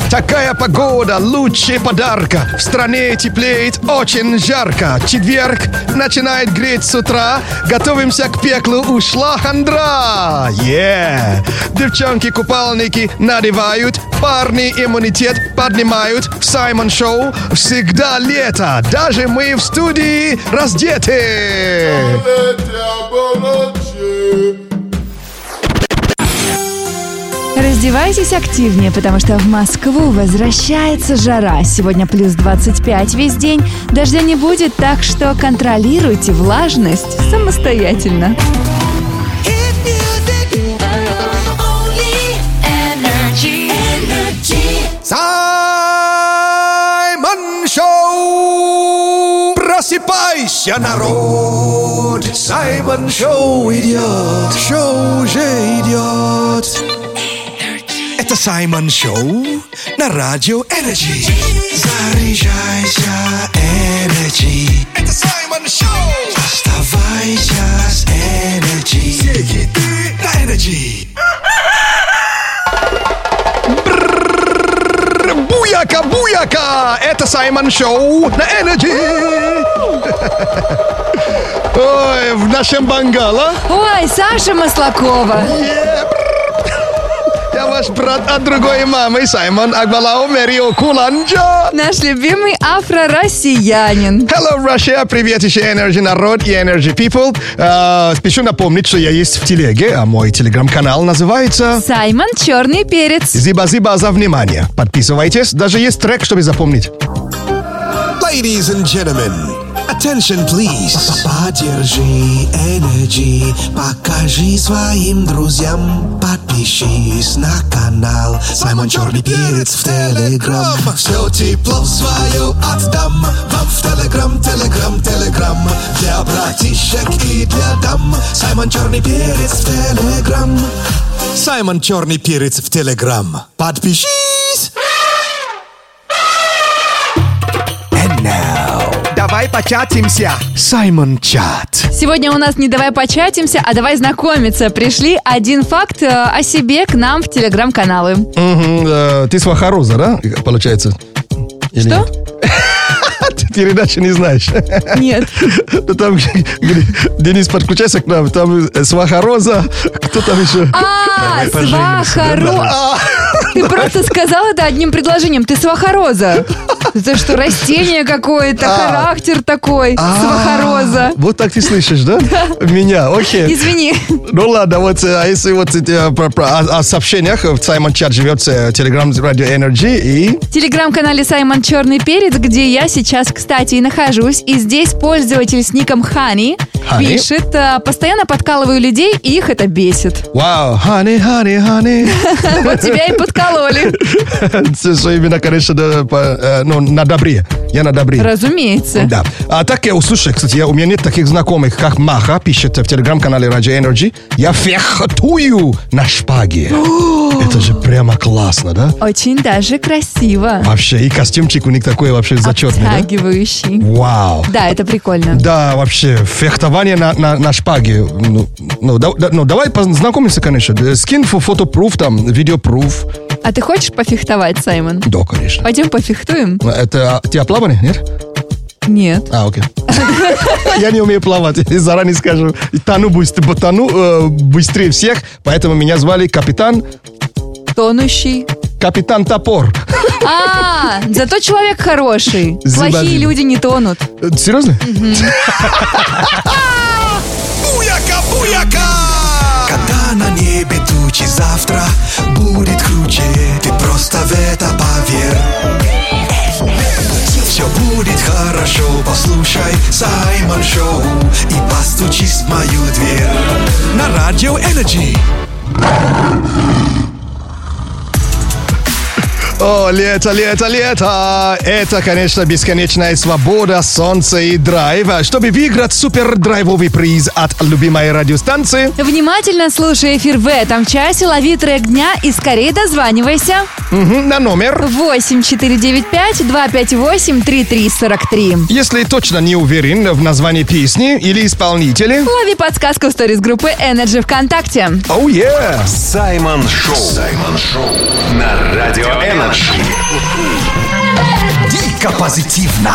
Такая погода лучше подарка. В стране теплеет очень жарко. Четверг начинает греть с утра. Готовимся к пеклу, ушла хандра. Yeah. Девчонки купальники надевают. Парни иммунитет поднимают. В Саймон Шоу всегда лето. Даже мы в студии раздеты. Раздевайтесь активнее, потому что в Москву возвращается жара. Сегодня плюс 25 весь день. Дождя не будет, так что контролируйте влажность самостоятельно. Саймон Шоу! Просыпайся, народ! Саймон Шоу идет! Шоу уже идет! Это Саймон Шоу на Радио Энерджи. Заряжайся, Энерджи. Это Саймон Шоу. Оставайся с Энерджи. Все хиты на Энерджи. Буяка, буяка! Это Саймон Шоу на Энерджи! Ой, в нашем бангала. Ой, Саша Маслакова. Я я ваш брат от другой мамы, Саймон Акбалау Мерио Куланджо. Наш любимый афро-россиянин. Hello, Russia! Привет еще Energy народ и Energy people. Э, Спешу напомнить, что я есть в телеге, а мой телеграм-канал называется... Саймон Черный Перец. Зиба-зиба за внимание. Подписывайтесь, даже есть трек, чтобы запомнить. Ladies and gentlemen, Attention, please. Поддержи Energy, покажи своим друзьям, подпишись на канал. Саймон Черный Перец в Телеграм. все тепло свое отдам вам в Телеграм, Телеграм, Телеграм. Для братишек и для дам. Саймон Черный Перец в Телеграм. Саймон Черный Перец в Телеграм. Подпишись! Давай початимся. Саймон Чат. Сегодня у нас не давай початимся, а давай знакомиться. Пришли один факт э, о себе к нам в телеграм-каналы. Мгм, э, Ты с Вахаруза, да, получается? Или Что? нет? <laughs> Ты передачи не знаешь. <laughs> Нет. Ну там, где- Денис, подключайся к нам, там э, Свахароза, кто там еще? А, Давай поженимся, свахару. да. Ты просто сказал это одним предложением. Ты свахароза. Это что, растение какое-то, А. характер такой. Свахароза. Вот так ты слышишь, да? Меня, окей. Извини. Ну ладно, вот, э, а если вот э, про- про- о, о сообщениях, э, в Саймон Чат живет э, Telegram Radio Energy и... В телеграм-канале Саймон Черный Перец, где я сейчас, кстати, и нахожусь. И здесь пользователь с ником Хани Хани? пишет, э, постоянно подкалываю людей, и их это бесит. Вау, honey, honey, honey. <laughs> Вот тебя и подкололи. Что именно, конечно, да, по- э, ну, на добре. Я на добре. Разумеется. Да. А так я услышал, кстати, я, у меня нет таких знакомых, как Маха, пишет в телеграм-канале Radio Energy. Я фехтую на шпаге. Это же прямо классно, да? Очень даже красиво. Вообще, и костюмчик у них такой вообще зачетный, да? Обтягивающий. Вау. Да, это прикольно. Да, вообще, фехтование на, на, на шпаге. Ну, ну, да- да- ну, давай познакомимся, конечно. Э, Скин фо- фотопруф, там, видеопруф. А ты хочешь пофехтовать, Саймон? Да, конечно. Пойдем пофехтуем? Это а, тебя плавание, нет? Нет. А, окей. <laughs> Я не умею плавать, заранее скажу. Тону, быстро, тону э, быстрее всех, поэтому меня звали капитан... Тонущий. Капитан Топор. А, зато человек хороший. Зиба-зиба. Плохие люди не тонут. Э, Серьезно? Буяка, буяка! Когда на небе тучи завтра будет круче, ты просто в это поверь. Все будет хорошо, послушай Саймон Шоу и постучись в мою дверь. На Радио Энерджи. О, лето, лето, лето! Это, конечно, бесконечная свобода, солнце и драйв. А Чтобы выиграть супер драйвовый приз от любимой радиостанции, Внимательно слушай эфир в этом часе, лови трек дня и скорее дозванивайся. на номер 8495-258-3343. если точно не уверен в названии песни или исполнителе, Лови подсказку в сторис группы Energy ВКонтакте. оу, е! Oh, Саймон Шоу. Саймон Шоу на Радио Энерджи. Дико позитивно.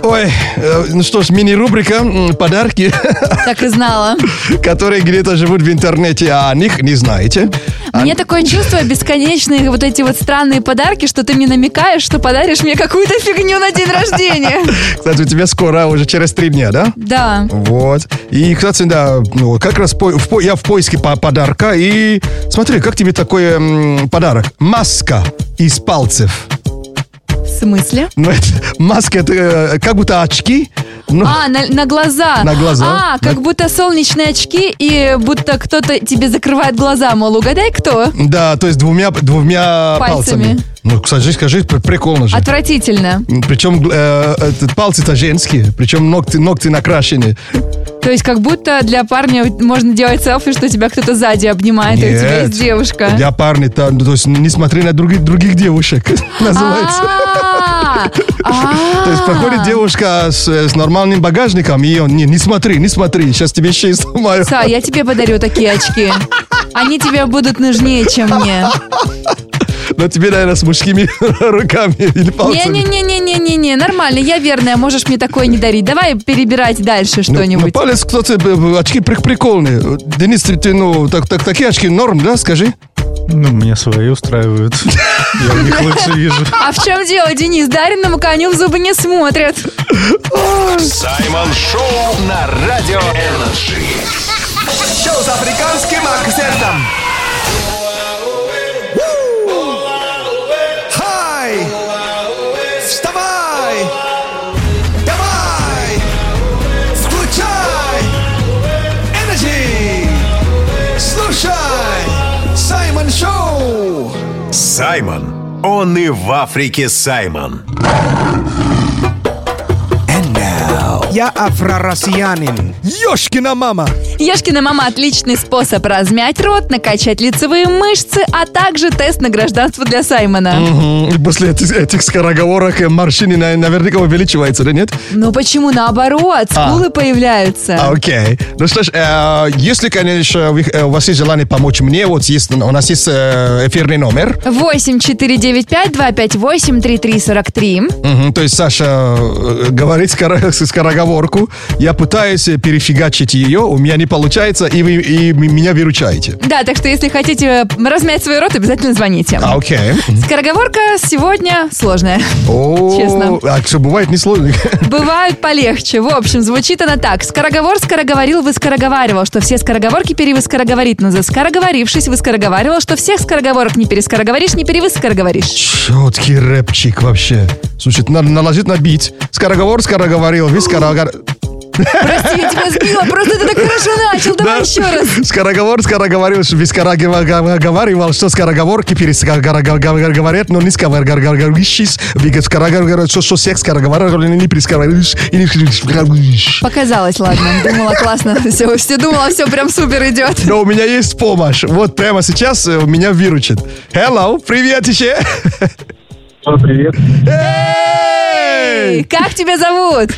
Ой, э, ну что ж, мини-рубрика м, «Подарки», <laughs> Так и знала. которые где-то живут в интернете, а о них не знаете. Мне такое чувство бесконечные вот эти вот странные подарки, что ты мне намекаешь, что подаришь мне какую-то фигню на день рождения. Кстати, у тебя скоро, уже через три дня, да? Да. Вот. И, кстати, да, ну, как раз по- в по- я в поиске по- подарка. И смотри, как тебе такой м, подарок? Маска из пальцев. В смысле? Ну, это- маска, это э, как будто очки. но- <laughs> А, на, на глаза. На глаза. А, как будто солнечные очки, и будто кто-то тебе закрывает глаза, мол, угадай кто. Да, то есть двумя, двумя Пальцами. А пальцами. Ну, кстати, скажи, пр- прикольно же. Отвратительно. Причем э, этот, пальцы-то женские, причем ногти, ногти накрашены. То есть как будто для парня можно делать селфи, что тебя кто-то сзади обнимает, и у тебя Нет. есть девушка. Для парня, то, то есть не смотри на других, других девушек, <laughs> называется. А, <laughs> а. То есть проходит девушка с, э, с нормальным багажником, и он, не, не смотри, не смотри, сейчас тебе еще и сломаю. Са, я тебе подарю такие очки. Они тебе будут нужнее, чем мне. Но тебе, наверное, с мужскими <laughs> руками или пальцами. Не-не-не-не-не-не, нормально, я верная, можешь мне такое не дарить. Давай перебирать дальше Ну, что-нибудь. ну, палец, кстати, б- б- очки прик- прикольные. Денис, ты, ты, ну, так, так, такие очки норм, да, скажи? Ну, меня свои устраивают. Я у них лучше вижу. А в чем дело, Денис? Дариному коню в зубы не смотрят. Саймон Шоу на Радио Энерджи. Шоу с африканским акцентом. Уу! Хай! Вставай! Давай! Включай! Энерджи! Слушай! Саймон Шоу! Саймон. Он и в Африке Саймон. Я афророссиянин. Ёшкина мама! Ешкина мама – отличный способ размять рот, накачать лицевые мышцы, а также тест на гражданство для Саймона. Мгм. И После этих, этих скороговорок э, морщины на- наверняка увеличивается, да нет? Но почему наоборот? А. Скулы появляются. Окей. Ну что ж, э, если, конечно, вы- э, у вас есть желание помочь мне, вот есть, у нас есть э, эфирный номер. 8 4 9 5 2 5 8 3 3 43. Мгм, то есть Саша э, говорит скоро- <laughs> скороговорку, я пытаюсь э, перефигачить ее, у меня не получается, и вы и м- меня выручаете. Да, так что если хотите э, размять свой рот, обязательно звоните. А, Окей. Скороговорка сегодня сложная. О, Честно. А что, бывает несложно? <laughs> Бывают полегче. В общем, звучит она так. Скороговор скороговорил, вы скороговаривал, что все скороговорки перевыскороговорит. Но за скороговорившись, вы скороговаривал, что всех скороговорок не перескороговоришь, <laughs> не перевыскороговоришь. Четкий рэпчик вообще. Слушай, надо наложить на бит. Скороговор скороговорил, вы скороговор... Прости, я тебя сбила, просто ты так хорошо начал. Давай еще раз. <laughs> Скороговор скороговорил, что без скороговаривал, что скороговорки перескороговорят, но не скороговоришь. Вы скороговорят, что что всех скороговорили, не перескороговоришь. и не скороговоришь. Показалось, ладно. Думала, классно. Все, все думала, все прям супер идет. Но у меня есть помощь. Вот прямо сейчас э, меня выручит. Hello, привет еще. Привет. Эй, Как тебя зовут?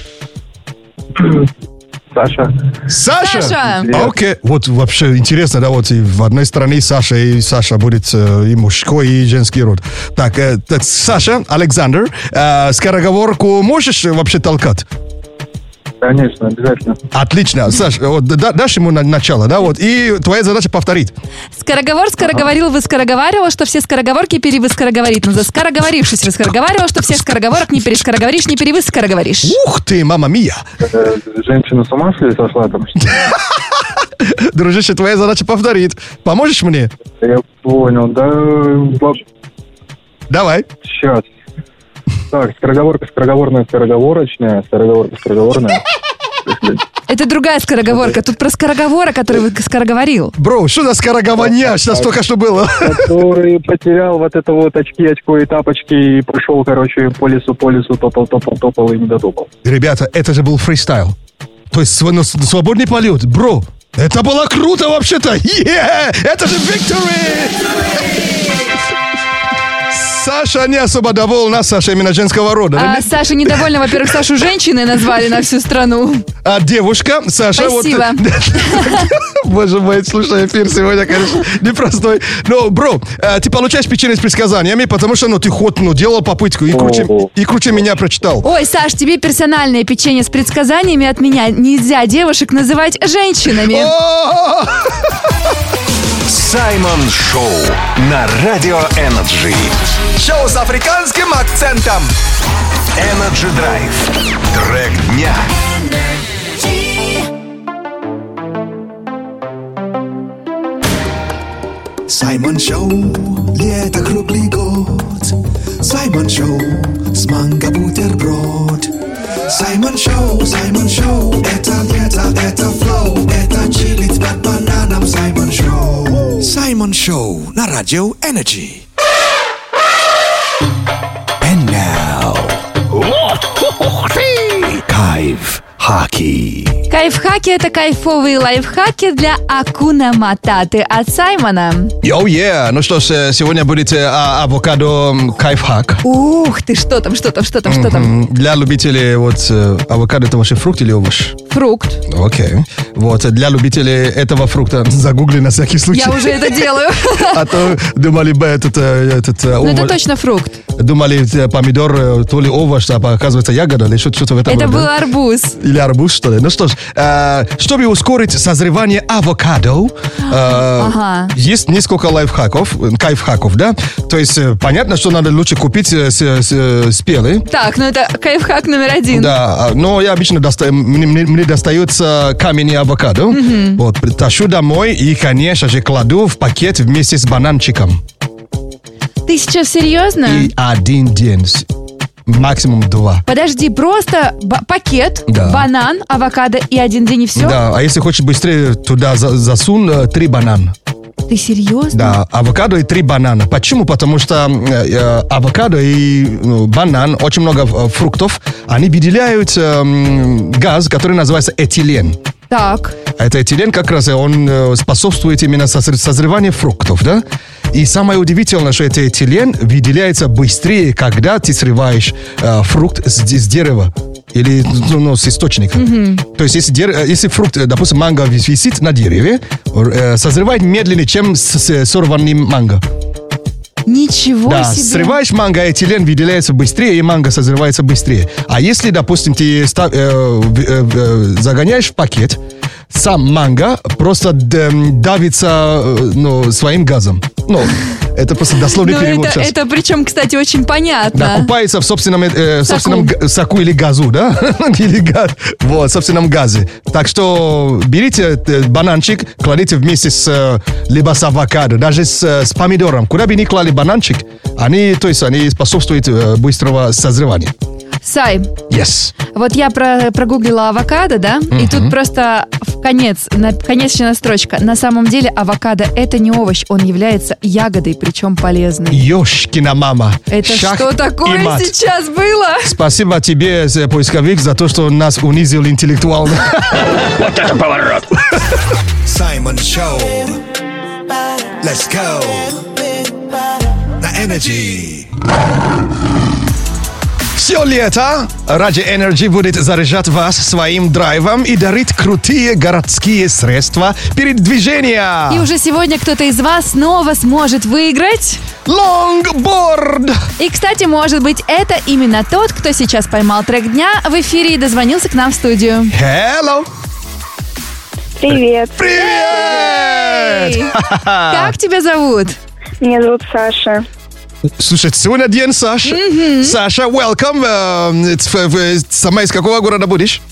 Саша. Саша? Саша. Привет. Окей. Вот вообще интересно, да, вот и в одной стране Саша, и Саша будет э, и мужской, и женский род. Так, э, так, Саша, Александр, э, скороговорку можешь э, вообще толкать? Конечно, обязательно. Отлично, Саш, э, вот, да- дашь ему на- начало, да, вот, и твоя задача повторить. Скороговор скороговорил, вы скороговаривал, что все скороговорки перевыскороговорит. Но за скороговорившись, вы скороговаривал, что всех скороговорок не перескороговоришь, не перевыскороговоришь. Ух ты, мама мия! <laughs> Э, Женщина с ума, что ли, сошла там? Дружище, твоя задача повторить. Поможешь мне? Я понял, да... Давай. Сейчас. Так, скороговорка, скороговорная, скороговорочная, скороговорка, скороговорная. Это другая скороговорка. Тут про скороговора, который вы скороговорил. Бро, что за скороговорня? Сейчас только что было. <laughs> Который потерял вот это вот очки, очко и тапочки и пошел, короче, по лесу, по лесу, топал, топал, топал и не дотопал. Ребята, это же был фристайл. То есть св- ну, с- свободный полет, бро. Это было круто вообще-то. Е! Это же victory! Саша не особо довольна, Саша именно женского рода. да? А Саша недовольна, во-первых, Сашу женщиной назвали на всю страну. А девушка, Саша, Спасибо. вот... <laughs> Боже мой, слушай, эфир сегодня, конечно, непростой. Но, бро, э, ты получаешь печенье с предсказаниями, потому что, ну, ты ход, ну, делал попытку и круче, и круче меня прочитал. Ой, Саш, тебе персональное печенье с предсказаниями от меня. Нельзя девушек называть женщинами. Саймон Шоу на Радио Энерджи. Шоу с африканским акцентом. Energy Drive. Трек дня. Саймон Шоу, tak лето круглый год. Саймон Шоу, с манго бутерброд. Саймон Шоу, Саймон Шоу, это лето, это флоу, это чилит под бананом Саймон Шоу. Саймон Шоу на Радио Энерджи. And now, вот, ух ты! Кайф, хаки. Кайфхаки – это кайфовые лайфхаки для Акуна Мататы от Саймона. Йоу, е! Ну что ж, э, сегодня будет э, а- авокадо м, кайфхак. Ух ты, что там, что там, что там, что там? Мгм. Для любителей вот э, авокадо это вообще фрукт или овощ? Фрукт. Окей. Вот, э, для любителей этого фрукта <laughs> загугли на всякий случай. Я уже <laughs> это делаю. А то думали бы этот... э, этот э, Ну, это овощ- точно фрукт. Думали, э, помидор, э, то ли овощ, а оказывается ягода или что-то что-то в этом Это роде. был арбуз. Или арбуз, что ли. Ну что ж, э, чтобы ускорить созревание авокадо, э, Ага. есть несколько лайфхаков, э, кайфхаков, да? То есть, э, понятно, что надо лучше купить э, с- э, с- э, спелые. Так, ну это кайфхак номер один. Да, а, но я обычно достаю, мне, мне- мне достается камень и авокадо. Мгм. Вот, притащу домой и, конечно же, кладу в пакет вместе с бананчиком. Ты сейчас серьезно? И один день, с- максимум два. Подожди, просто ба- пакет, Да. банан, авокадо и один день и все? Да, а если хочешь быстрее, туда за- засунь э, три банана. Ты серьезно? Да, авокадо и три банана. Почему? Потому что э, э, авокадо и ну, банан, очень много э, фруктов, они выделяют э, м, газ, который называется этилен. Так. А Это этилен как раз, э, он э, способствует именно созр- созреванию фруктов, да? И самое удивительное, что этот этилен выделяется быстрее, когда ты срываешь э, фрукт с, де- с дерева или ну, ну, с источника. Мгм. То есть, если, дер- э, если фрукт, э, допустим, манго вис- висит на дереве, э, созревает медленнее, чем с, с сорванным манго. Ничего Да, себе. срываешь манго, а этилен выделяется быстрее, и манго созревается быстрее. А если, допустим, ты ста- э, в- э, в- э, загоняешь в пакет, сам манго просто д- м, давится э, ну, своим газом. Ну, это просто дословный Ну, перевод это, сейчас. это причем, кстати, очень Да, понятно. купается в собственном, э, в собственном га- соку или газу, да? <laughs> или газ. Вот, в собственном газе. Так что берите э, бананчик, кладите вместе с э, либо с авокадо, даже с, э, с помидором. Куда бы ни клали бананчик, они, то есть, они способствуют э, быстрого созревания. Сай, Yes. вот я про- прогуглила авокадо, да, и тут просто в конец, на, конечная строчка. На самом деле авокадо это не овощ, он является ягодой, причем полезной. Ёшкина мама. Это Шах что и такое мат. сейчас было? Спасибо тебе, э, поисковик, за то, что нас унизил интеллектуально. Вот это поворот! Саймон Шоу. Let's go. На Energy. Все лето Ради Energy будет заряжать вас своим драйвом и дарить крутые городские средства передвижения. И уже сегодня кто-то из вас снова сможет выиграть... Лонгборд! И, кстати, может быть, это именно тот, кто сейчас поймал трек дня в эфире и дозвонился к нам в студию. Hello! Привет. Привет! Как тебя зовут? Меня зовут Саша. Слушай, сегодня день, Саша. Саша, welcome. Эм, it's f- f- Сама из какого города будешь?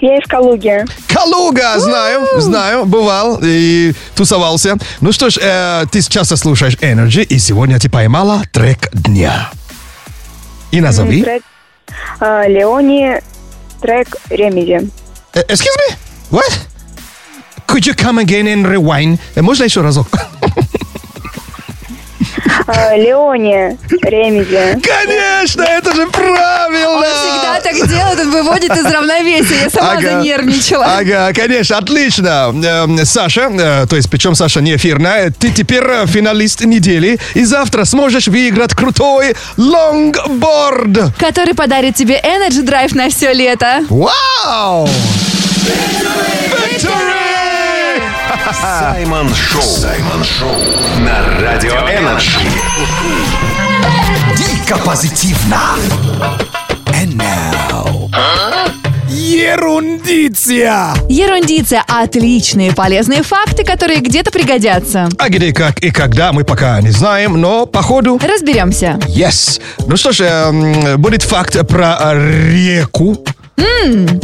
Я из Калуги. Калуга, знаю, знаю, бывал и тусовался. Ну что ж, э, ты часто слушаешь Energy, и сегодня ты поймала трек дня. И назови. Трек, а, Леони, трек Ремеди. Э, Excuse me? What? Could you come again and rewind? Э, Можно еще разок? <laughs> А, Леони, Ремеди. Конечно, это же правильно! Он всегда так делает, он выводит из равновесия. Я сама Ага. занервничала. Ага, конечно, отлично. Эм, Саша, э, то есть, причем Саша не эфирная, ты теперь э, финалист недели, и завтра сможешь выиграть крутой лонгборд. Который подарит тебе Energy Drive на все лето. Вау! Саймон Шоу. Саймон Шоу на Радио Энерджи. Дико позитивно. And now. Ерундиция. Ерундиция. Отличные полезные факты, которые где-то пригодятся. А где, как и когда, мы пока не знаем, но походу... Разберемся. Yes. Ну что ж, эм, будет факт про э, реку.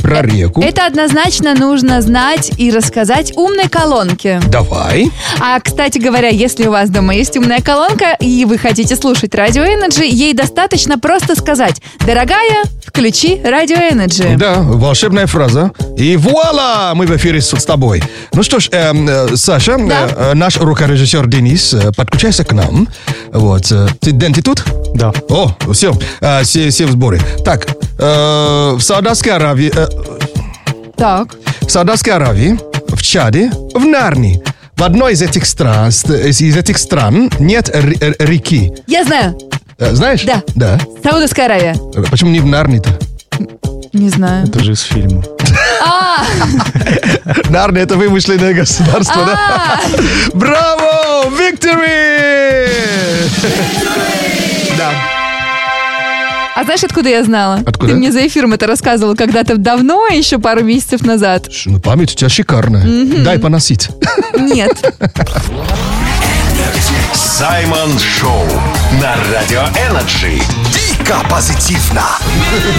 Про реку. Это однозначно нужно знать и рассказать умной колонке. Давай. А, кстати говоря, если у вас дома есть умная колонка и вы хотите слушать Радио Energy, ей достаточно просто сказать «Дорогая, включи Радио Energy». Да, волшебная фраза. И вуала, мы в эфире с, с тобой. Ну что ж, эм, э, Саша, э, э, наш рукорежиссер Денис, э, подключайся к нам. Вот. э, Ты, Дэн, ты тут? Да. О, все, э, все, все в сборе. Так, э, в Саудовской Аравии... э, Так. в Саудовской Аравии, в Чаде, в Нарни. В одной из этих стран, из этих стран нет р- р- реки. Я знаю. Э, Знаешь? Да. Да. Саудовская Аравия. <laughs> Э, Почему не в Нарни-то? Не знаю. Это же из фильма. А, Нарни, это вымышленное государство, да? Браво! Victory! Да. а знаешь, откуда я знала? Откуда? Ты мне за эфиром это рассказывала когда-то давно, еще пару месяцев назад. Ш- Ну, память у тебя шикарная. Мгм. Дай <laughs> поносить. Нет. Саймон Шоу на Радио Энерджи. Дико позитивно.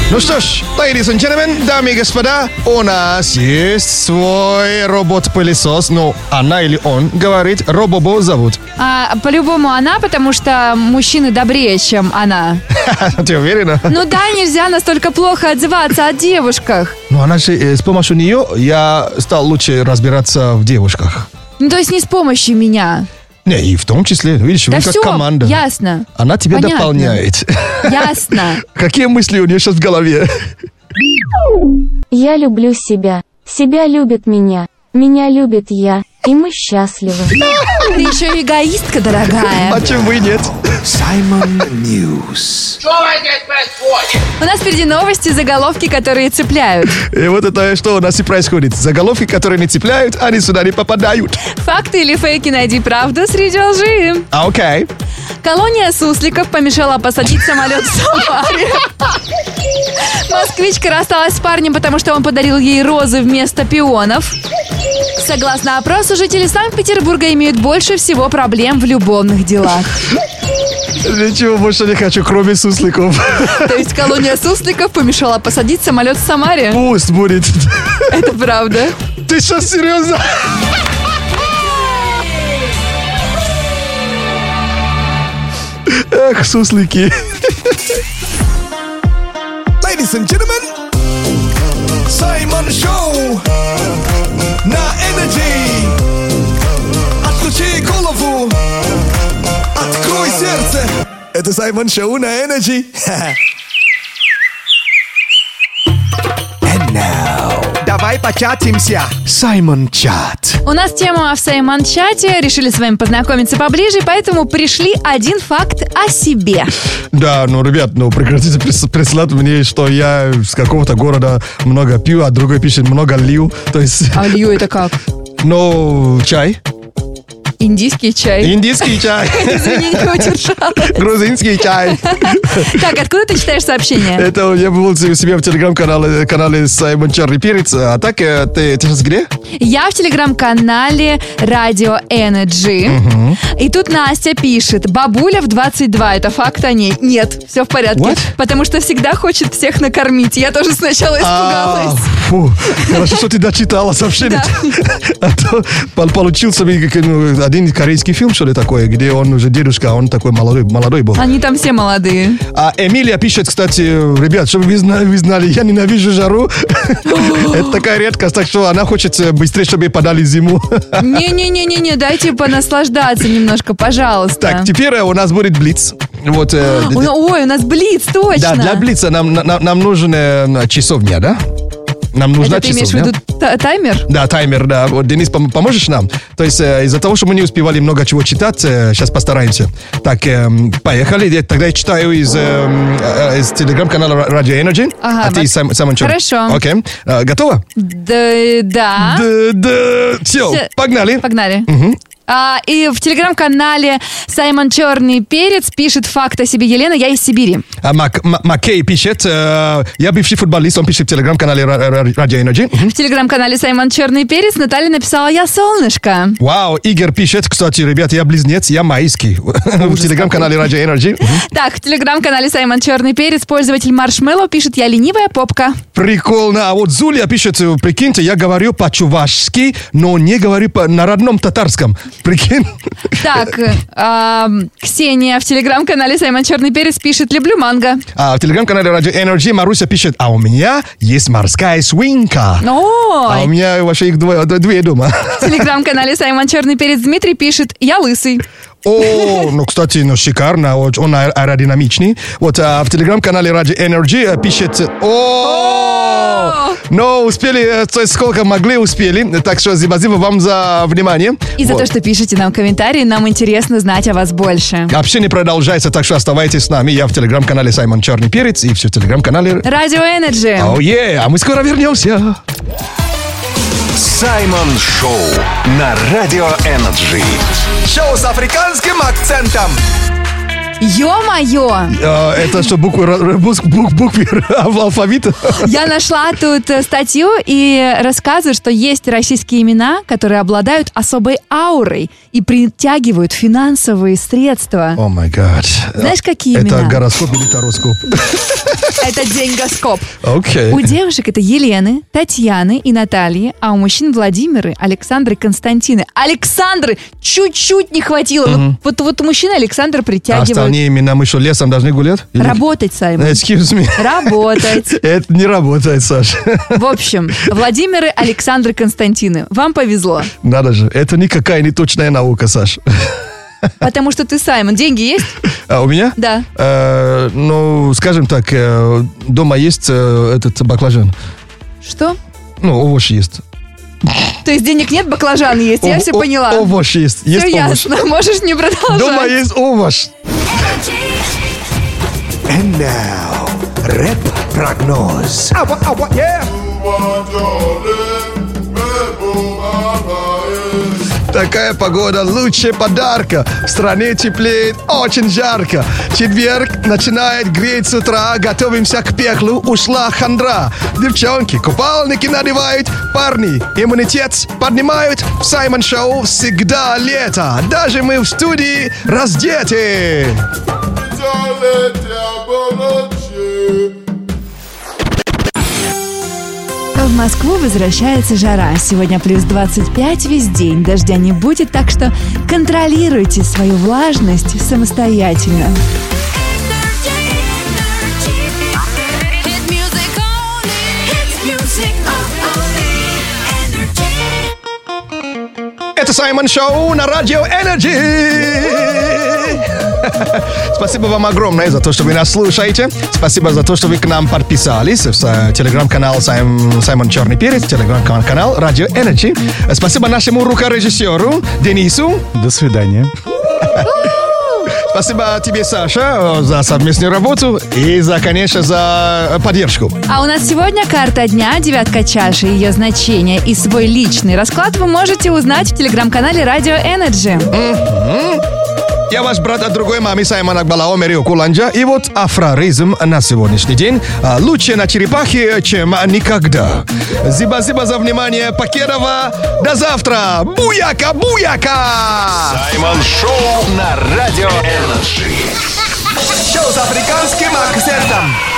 Ну что ж, ladies and gentlemen, дамы и господа, у нас есть свой робот-пылесос. Ну, она или он говорит, робобо зовут. <laughs> А, по-любому она, потому что мужчины добрее, чем она. А Ты уверена? Ну да, нельзя настолько плохо отзываться о девушках. Ну, она же, э, с помощью нее я стал лучше разбираться в девушках. Ну, то есть не с помощью меня. Не, и в том числе, видишь, да вы Ну, как все, команда. ясно. Она тебя Понятно. дополняет. <laughs> Ясно. Какие мысли у нее сейчас в голове? Я люблю себя. Себя любит меня. Меня любит я. И мы счастливы. Ты еще и эгоистка, дорогая. чем вы нет? Саймон Ньюс. Что здесь происходит? У нас впереди новости, заголовки, которые цепляют. И вот это что у нас и происходит. Заголовки, которые не цепляют, они сюда не попадают. Факты или фейки найди правду среди лжи. А, Окей. Колония сусликов помешала посадить самолет в сафари. Москвичка рассталась с парнем, потому что он подарил ей розы вместо пионов. Согласно опросу, жители Санкт-Петербурга имеют больше всего проблем в любовных делах. Ничего больше не хочу, кроме сусликов. <laughs> То есть колония сусликов помешала посадить самолет в Самаре. Пусть будет. <laughs> Это правда. Ты сейчас серьезно? <laughs> Эх, суслики. Ladies and gentlemen, Саймон Шоу на Energy. Отключи голову, открой сердце. Это Саймон Шоу на Energy. <laughs> Давай початимся. Саймон Чат. У нас тема в Саймон-чате. Решили с вами познакомиться поближе, поэтому пришли один факт о себе. Да, ну, ребят, ну, прекратите прис- присылать мне, что я из какого-то города много пью, а другой пишет много лью. То есть, А лью это как? ну, чай. Индийский <laughs> чай. Индийский <laughs> чай. Извини, не удержалась. Грузинский чай. Так, откуда ты читаешь сообщение? Это я был у себя в телеграм-канале канале Саймон Черный Перец. А так, э, ты, ты сейчас где? Я в телеграм-канале Радио Energy. Мгм. И тут Настя пишет, бабуля в 22, это факт о ней. Нет, все в порядке. What? Потому что всегда хочет всех накормить. Я тоже сначала А, испугалась. Фу, хорошо, что ты дочитала сообщение. <laughs> А то пол- получился бы как, ну, один корейский фильм, что ли, такое, где он уже дедушка, а он такой молодой, молодой был. Они там <laughs> все молодые. А Эмилия пишет, кстати, ребят, чтобы вы зна- вы знали, я ненавижу жару. <laughs> Это такая редкость, так что она хочет э, быстрее, чтобы ей подали зиму. <laughs> Не-не-не-не-не, дайте понаслаждаться немножко, пожалуйста. Так, теперь э, у нас будет блиц. Вот, э, У на- <gasps> Ой, у нас Блиц, да, точно. для блица нам, на- нам нужен э, часовня, да? Нам нужна Это ты имеешь в часовня. виду та- таймер? Да, таймер, да. Вот, Денис, пом- поможешь нам? То есть э, из-за того, что мы не успевали много чего читать, сейчас постараемся. Так, эм, поехали. Я тогда я читаю из, эм, э, э, из телеграм-канала Ра- Radio Energy. Ага, а ты вот. из Сам- Самон Чон. Хорошо. Окей. Э, готова? Да. да. Все, Всё. погнали. Погнали. Мгм. А, и в телеграм-канале Саймон Черный Перец пишет факт о себе. Елена, я из Сибири. А Мак- Ма- Маккей пишет, э, я бывший футболист, он пишет в телеграм-канале Ра- Ра- Radio Energy. Мгм. В телеграм-канале Саймон Черный Перец Наталья написала «Я солнышко». Вау, Игорь пишет, кстати, ребят, я близнец, я майский. <laughs> В телеграм-канале Radio Energy. Мгм. Так, в телеграм-канале Саймон Черный Перец пользователь Маршмеллоу пишет «Я ленивая попка». Прикольно. А вот Зулия пишет, э, прикиньте, я говорю по-чувашски, но не говорю по- на родном татарском. Прикинь? <laughs> Так, э, ам, Ксения в телеграм-канале Саймон Черный Перец пишет «Люблю манго». А в телеграм-канале Radio Energy Маруся пишет, а у меня есть морская свинка. А у Ой! меня вообще их двое- д- две дома. В телеграм-канале Саймон Черный Перец Дмитрий пишет «Я лысый». О, ну, кстати, ну, шикарно, вот он аэ- uh, e аэродинамичный. Вот а, в телеграм-канале Radio Energy э, пишет, о, Но успели, э, то есть сколько могли, успели. Так что спасибо вам за внимание. И за Вот. то, что пишете нам комментарии, нам интересно знать о вас больше. Общение продолжается, так что оставайтесь с нами. Я в телеграм-канале Саймон Черный Перец и все в телеграм-канале. Радио Энерджи. Оу, е, а мы скоро вернемся. Саймон Шоу на Радио Энерджи. Шоу с африканским акцентом. Ё-моё! Э, Это что, буквы, ра- ра- бус- бук- <laughs> буквы алфавита? Я нашла тут э, статью и рассказываю, что есть российские имена, которые обладают особой аурой и притягивают финансовые средства. О май гад. Знаешь, какие Это имена? гороскоп или тароскоп? Это деньгоскоп. Окей. У девушек это Елены, Татьяны и Натальи, а у мужчин Владимиры, Александры, Константины. Александры чуть-чуть не хватило. Вот- Мгм. Вот, вот, мужчина Александр А притягивает. остальные имена мы что, лесом должны гулять? Или- Работать, Саймон. <laughs> Excuse me. Работать. <laughs> Это не работает, Саша. В общем, Владимиры, Александры, Константины, вам повезло. <laughs> Надо же. Это никакая не точная наука, Саша. Потому что ты, Саймон, деньги есть? А у меня? Да. Э, ну, скажем так, э, дома есть э, этот баклажан. Что? Ну, овощи есть. То есть денег нет, баклажан есть, я Ов- все о- поняла. Овощ есть. Есть все овощ. ясно, можешь не продолжать. Дома есть овощ. And now, рэп-прогноз. Ава, ава, yeah. Такая погода лучше подарка. В стране теплеет очень жарко. Четверг начинает греть с утра. Готовимся к пеклу. Ушла хандра. Девчонки купальники надевают. Парни иммунитет поднимают. В Саймон Шоу всегда лето. Даже мы в студии раздеты. В Москву возвращается жара. Сегодня плюс 25 весь день. Дождя не будет, так что контролируйте свою влажность самостоятельно. Это Саймон Шоу на Радио Энерджи. <laughs> Спасибо вам огромное за то, что вы нас слушаете. Спасибо за то, что вы к нам подписались. В са- телеграм-канал Сайм- Саймон Черный Перец, телеграм-канал Радио Энерджи. Э, Спасибо нашему рукорежиссеру Денису. До свидания. <laughs> Спасибо тебе, Саша, э, за совместную работу и, за, конечно, за э, поддержку. А у нас сегодня карта дня, девятка чаши, ее значение и свой личный расклад вы можете узнать в телеграм-канале Радио Energy. Мгм. Я ваш брат от другой мамы Саймон Акбалао Мерио Куланджа. И вот афроризм на сегодняшний день. А, Лучше на черепахе, чем никогда. Зиба-зиба за внимание, Пакерова. До завтра. Буяка, буяка! Саймон Шоу на Радио Энерджи. Шоу с африканским акцентом.